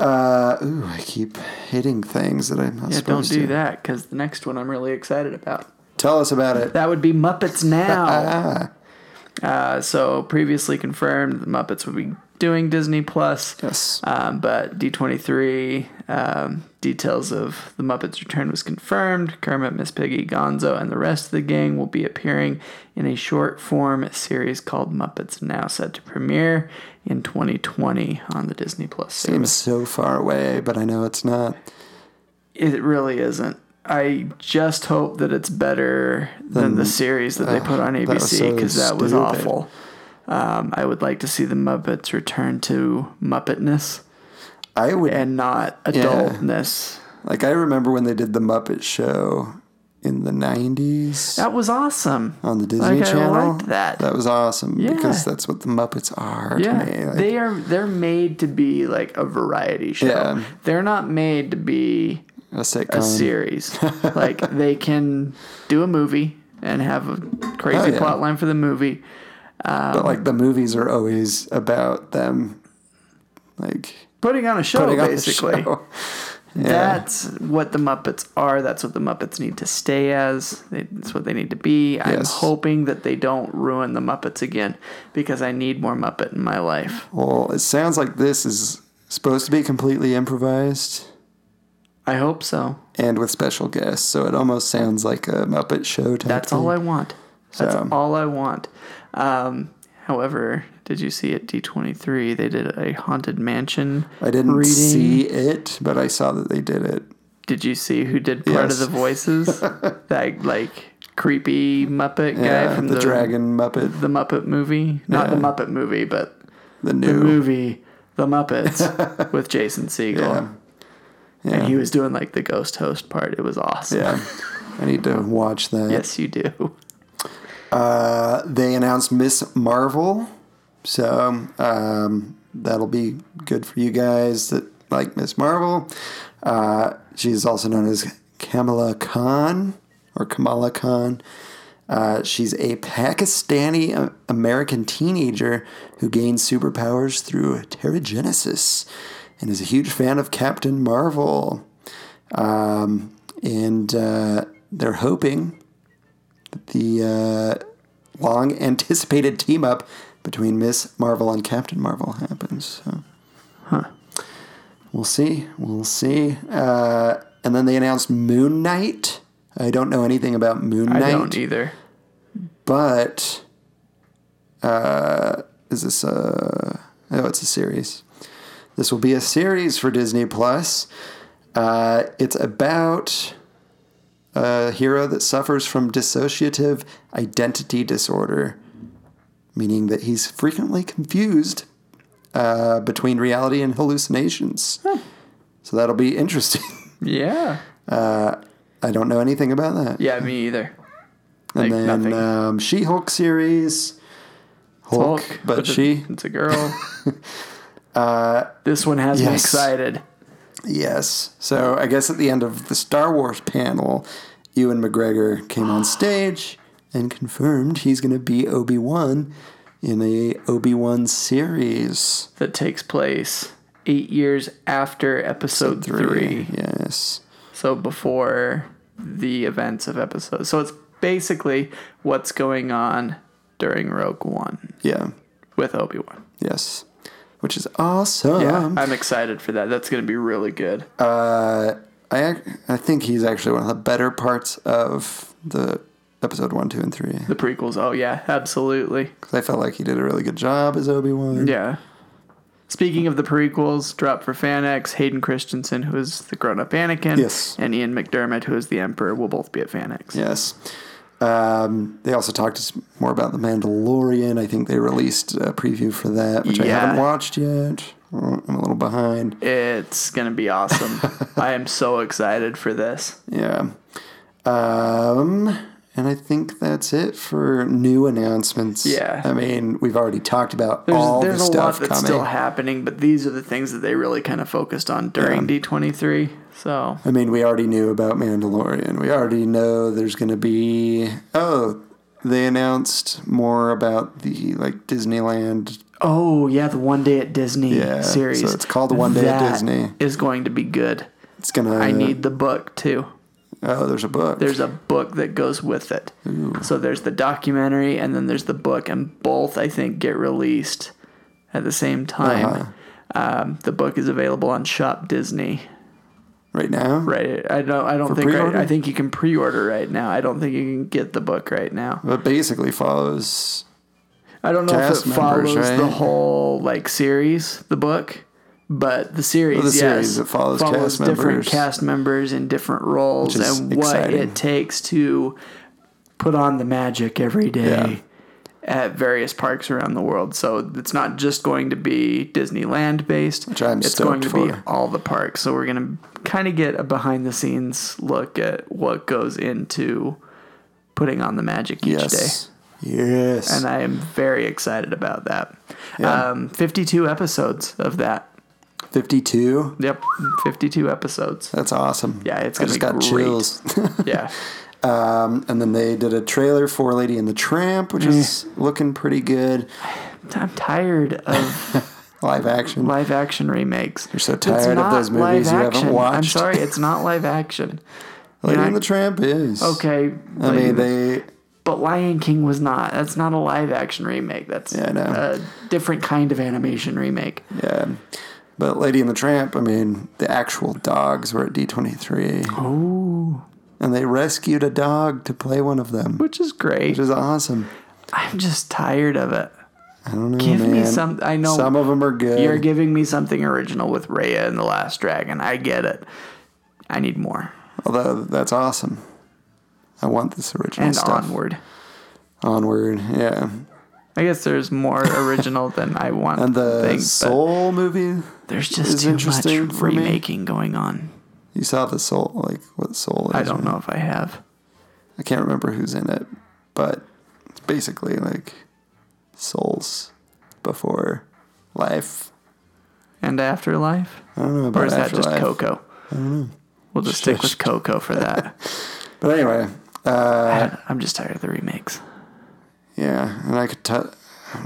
uh, ooh, I keep hitting things that I'm not
Yeah, don't
supposed to.
do that because the next one I'm really excited about.
Tell us about it.
That would be Muppets Now. uh, so previously confirmed, the um, Muppets would be doing Disney Plus.
Yes.
Um, but D23 um, Details of The Muppets Return was confirmed. Kermit, Miss Piggy, Gonzo, and the rest of the gang will be appearing in a short form series called Muppets Now, set to premiere in 2020 on the Disney Plus
Seems
service.
so far away, but I know it's not.
It really isn't. I just hope that it's better than the series that they put on
that was so
ABC because that, was
stupid.
awful. Um, I would like to see the Muppets return to Muppetness
I would
and not adultness.
like. I remember when they did the Muppet Show in the '90s
That was awesome.
on the Disney
Like,
Channel.
Oh, I liked that.
That was awesome because
Yeah.
that's what the Muppets are.
yeah,
to me. Like,
they are. They're made to be like a variety show.
Yeah.
They're not made to be
a sitcom.
a series. like they can do a movie and have a crazy
Oh, yeah.
plot line for the movie.
but like the movies are always about them, like
Putting on a show,
putting on the
basically.
show.
That's what the Muppets are. That's what the Muppets need to stay as. They- That's what they need to be. I'm
Yes.
hoping that they don't ruin the Muppets again because I need more Muppet in my life.
Well, it sounds like this is supposed to be completely improvised
I hope so.
and with special guests, so it almost sounds like a Muppet Show type.
That's
thing.
all I want. That's
So-
all I want. Um, however, did you see at D23 they did a haunted mansion?
I didn't
reading?
see it, but I saw that they did it.
Did you see who did part
Yes.
of the voices? that like creepy Muppet guy
Yeah,
from
the, Dragon Muppet,
the Muppet movie, not the
Yeah.
Muppet movie, but
the
the
new
movie The Muppets with Jason Segel.
Yeah.
And
Yeah.
he was doing like the ghost host part. It was awesome.
Yeah, I need to watch that.
Yes, you do.
Uh, they announced Miss Marvel, so um, that'll be good for you guys that like Miss Marvel. Uh, she's also known as Kamala Khan or Kamala Khan. Uh, she's a Pakistani uh, American teenager who gains superpowers through pterogenesis and is a huge fan of Captain Marvel. Um, and uh, they're hoping that the uh, long anticipated team up between Miss Marvel and Captain Marvel happens. So. Huh. We'll see. We'll see. Uh, and then they announced Moon Knight. I don't know anything about Moon Knight
I don't either.
but uh, is this a? Oh, it's a series. This will be a series for Disney Plus. Uh, it's about a hero that suffers from dissociative identity disorder, meaning that he's frequently confused uh, between reality and hallucinations. So that'll be interesting.
Yeah.
I don't know anything about that.
Yeah, me either.
and
like
then
nothing.
um, She-Hulk series. Hulk,
Hulk,
but
it's a-
she Uh,
it's a girl. this one has me
yes.
excited.
Yes. So I guess at the end of the Star Wars panel, Ewan McGregor came on stage and confirmed he's going to be Obi Wan in a Obi Wan series.
that takes place eight years after episode three.
Yes.
So before the events of episode. So it's basically what's going on during Rogue One
Yeah.
with Obi Wan.
Yes. Which is awesome.
Yeah, I'm excited for that. That's going to be really good.
Uh, I ac- I think he's actually one of the better parts of the episode one, two, and three.
the prequels. Oh yeah, absolutely.
'Cause I felt like he did a really good job as Obi Wan.
Yeah. Speaking of the prequels, drop for FanX, Hayden Christensen, who is the grown-up Anakin,
Yes.
and Ian McDermott, who is the Emperor, will both be at FanX.
Yes. Um, they also talked us more about The Mandalorian. I think they released a preview for that, which I
Yeah.
haven't watched yet. Mm, I'm a little behind.
It's gonna be awesome. I am so excited for this.
Yeah. Um, and I think that's it for new announcements.
Yeah.
I mean, we've already talked about
There's,
all
there's
the
a lot
stuff
that's
coming.
still happening, but these are the things that they really kind of focused on during D23. So
I mean, we already knew about Mandalorian. We already know there's going to be oh, they announced more about the like Disneyland
Oh yeah, the One Day at Disney
Yeah, so
series.
it's called The One Day at
That
Disney.
Is going to be good.
It's going to
I need the book too.
Oh, there's a book.
There's a book that goes with it.
Oh.
So there's the documentary and then there's the book, and both I think get released
Uh-huh.
at the same time. Um, the book is available on Shop Disney.
right now?
Right. I don't. I don't
For
think. Right,
pre-order?
I think you can pre-order right now. I don't think you can get the book right now.
That basically follows.
I don't know if it
Cast members,
follows the
right?
whole like series, the book, but the series,
Well, the
yes,
series, it follows cast
different
members.
cast members in different roles
Which is
and what
exciting.
it takes to put on the magic every day at various parks around the world. So it's not just going to be Disneyland based.
Which I'm
it's going to
stoked
be
for.
all the parks. So we're gonna kind of get a behind the scenes look at what goes into putting on the magic each day
Yes. Yes.
and I am very excited about that.
Yeah.
Um, 52 episodes of that. uh,
52.
Yep, 52 episodes.
That's awesome.
Yeah, it's
I
gonna
just
be
got
great.
chills.
Yeah,
and then they did a trailer for Lady and the Tramp, which
Eh.
is looking pretty good.
I'm tired of
Live action.
live action remakes. You're
so tired of those movies you haven't
I'm
watched.
sorry, it's not live action.
Lady
You're
and the
not-
Tramp is.
Okay,
I
like-
mean, they.
but Lion King was not. That's not a live action remake. That's
Yeah, I know.
a different kind of animation remake.
Yeah. But Lady and the Tramp, I mean, the actual dogs were at D23. Oh. And they rescued a dog to play one of them, which
Which is great.
is awesome.
I'm just tired of it.
I don't know.
Give me
man.
some. I know
Some of them are good.
You're giving me something original with Raya and the Last Dragon. I get it. I need more.
Although, that's awesome. I want this original
And
stuff.
onward.
Onward, yeah.
I guess there's more original than I want.
And the
to think, but
Soul movie.
There's
is
just too much
interesting for me.
remaking going on.
You saw the Soul, like what Soul is.
I don't
right?
know if I have.
I can't remember who's in it, but it's basically like Souls before life.
And Afterlife?
I don't know about
Or is that
afterlife.
just Coco? We'll just stick with Coco for that.
But anyway,
I'm just tired of the remakes.
yeah, and I could t-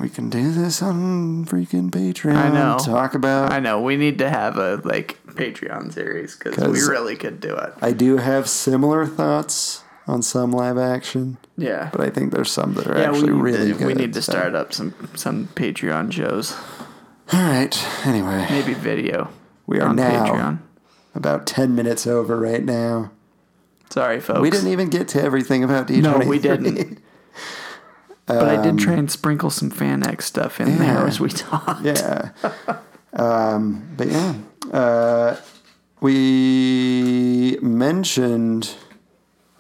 we can do this on freaking Patreon.
I know.
Talk about.
I
I,
know. We need to have a like Patreon series because
'Cause-
we really could do it.
do have similar thoughts on some live action,
Yeah.
but I think there's some that are
yeah,
actually
we need
really
to,
good.
We need to
so-
start up some some Patreon shows,
All right. Anyway,
maybe video.
we are
on
now
Patreon.
about ten minutes over right now.
Sorry, folks.
We didn't even get to everything about D23.
No, we didn't. but I did try and sprinkle some fan X stuff in there
yeah.
as we talked.
Yeah. um, but yeah, uh, we mentioned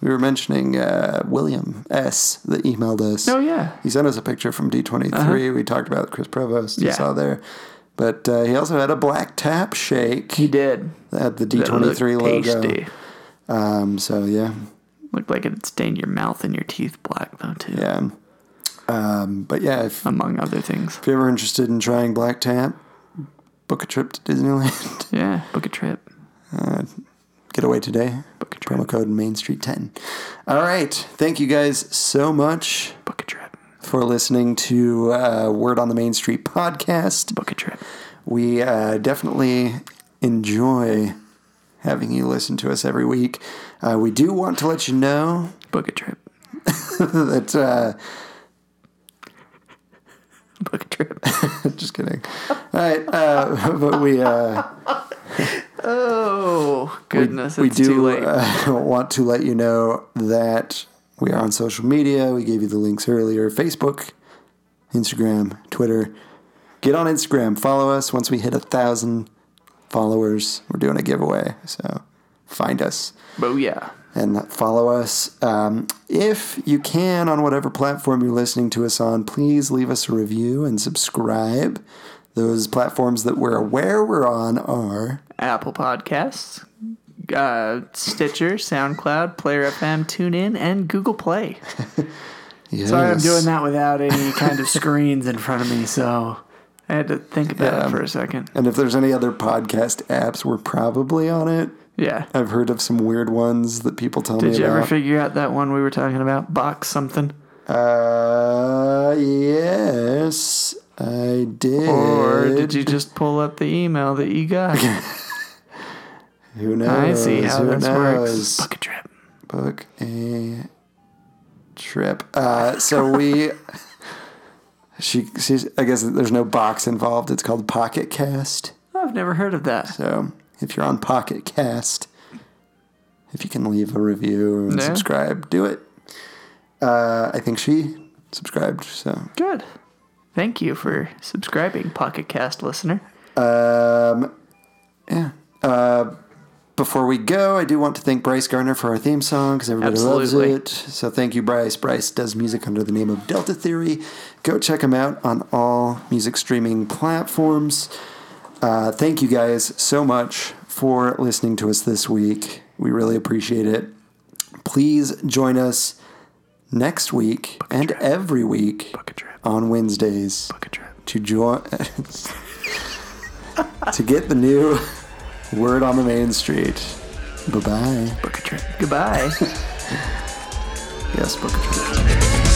we were mentioning uh, William S. that emailed us.
Oh yeah. Uh-huh.
He sent us a picture from D23. We talked about Chris Provost. You
Yeah.
saw there. But uh, he also had a black tap shake
He did.
that had the
That looked
D23 logo.
Tasty.
Um, so, yeah.
Looked like it stained your mouth and your teeth black though too.
Yeah. Um, but yeah, if,
Among other things.
if you're ever interested in trying black tap, book a trip to Disneyland.
Yeah. Book a trip.
Get away today.
Book a trip.
Promo code Main Street 10. All right. Thank you guys so much
Book a trip.
for listening to uh, Word on the Main Street podcast.
Book a trip.
We uh, definitely enjoy having you listen to us every week. Uh, we do want to let you know
Book a trip.
that, uh,
Book a trip.
just kidding. All right. Uh, but we, uh,
oh goodness,
we
it's too
do
late.
uh, want to let you know that we are on social media. We gave you the links earlier Facebook, Instagram, Twitter. Get on Instagram, follow us. Once we hit a thousand followers, we're doing a giveaway. So find us
oh yeah.
and follow us. Um, if you can, on whatever platform you're listening to us on, please leave us a review and subscribe. Those platforms that we're aware we're on are
Apple Podcasts, uh, Stitcher, SoundCloud, Player FM, TuneIn, and Google Play. Sorry, I'm
Yes.
doing that without any kind of screens in front of me, so I had to think about it for a second.
And if there's any other podcast apps, we're probably on it.
Yeah.
I've heard of some weird ones that people tell me
Did you
about.
ever figure out that one we were talking about? Box something?
uh, yes, I did.
Or did you just pull up the email that you got?
Who knows?
I see how
Who
this works.
knows?
Book a trip.
Book a trip. Uh, so we. She, she's, I guess there's no box involved. It's called Pocket Cast.
I've never heard of that.
So if you're on Pocket Cast, If you can leave a review and
Yeah.
subscribe, do it. Uh, I think she subscribed, so
Good. Thank you for subscribing, Pocket Cast listener.
Um, Yeah. Uh, before we go, I do want to thank Bryce Garner for our theme song because everybody
Absolutely.
loves it. So thank you, Bryce. Bryce does music under the name of Delta Theory. Go check him out on all music streaming platforms. Uh, thank you guys so much for listening to us this week. We really appreciate it. Please join us next week and every week
Book a trip.
on Wednesdays
Book a trip.
to join to get the new word on the main street. Bye bye.
Book a trip. Goodbye.
Yes, book a trip.
Thank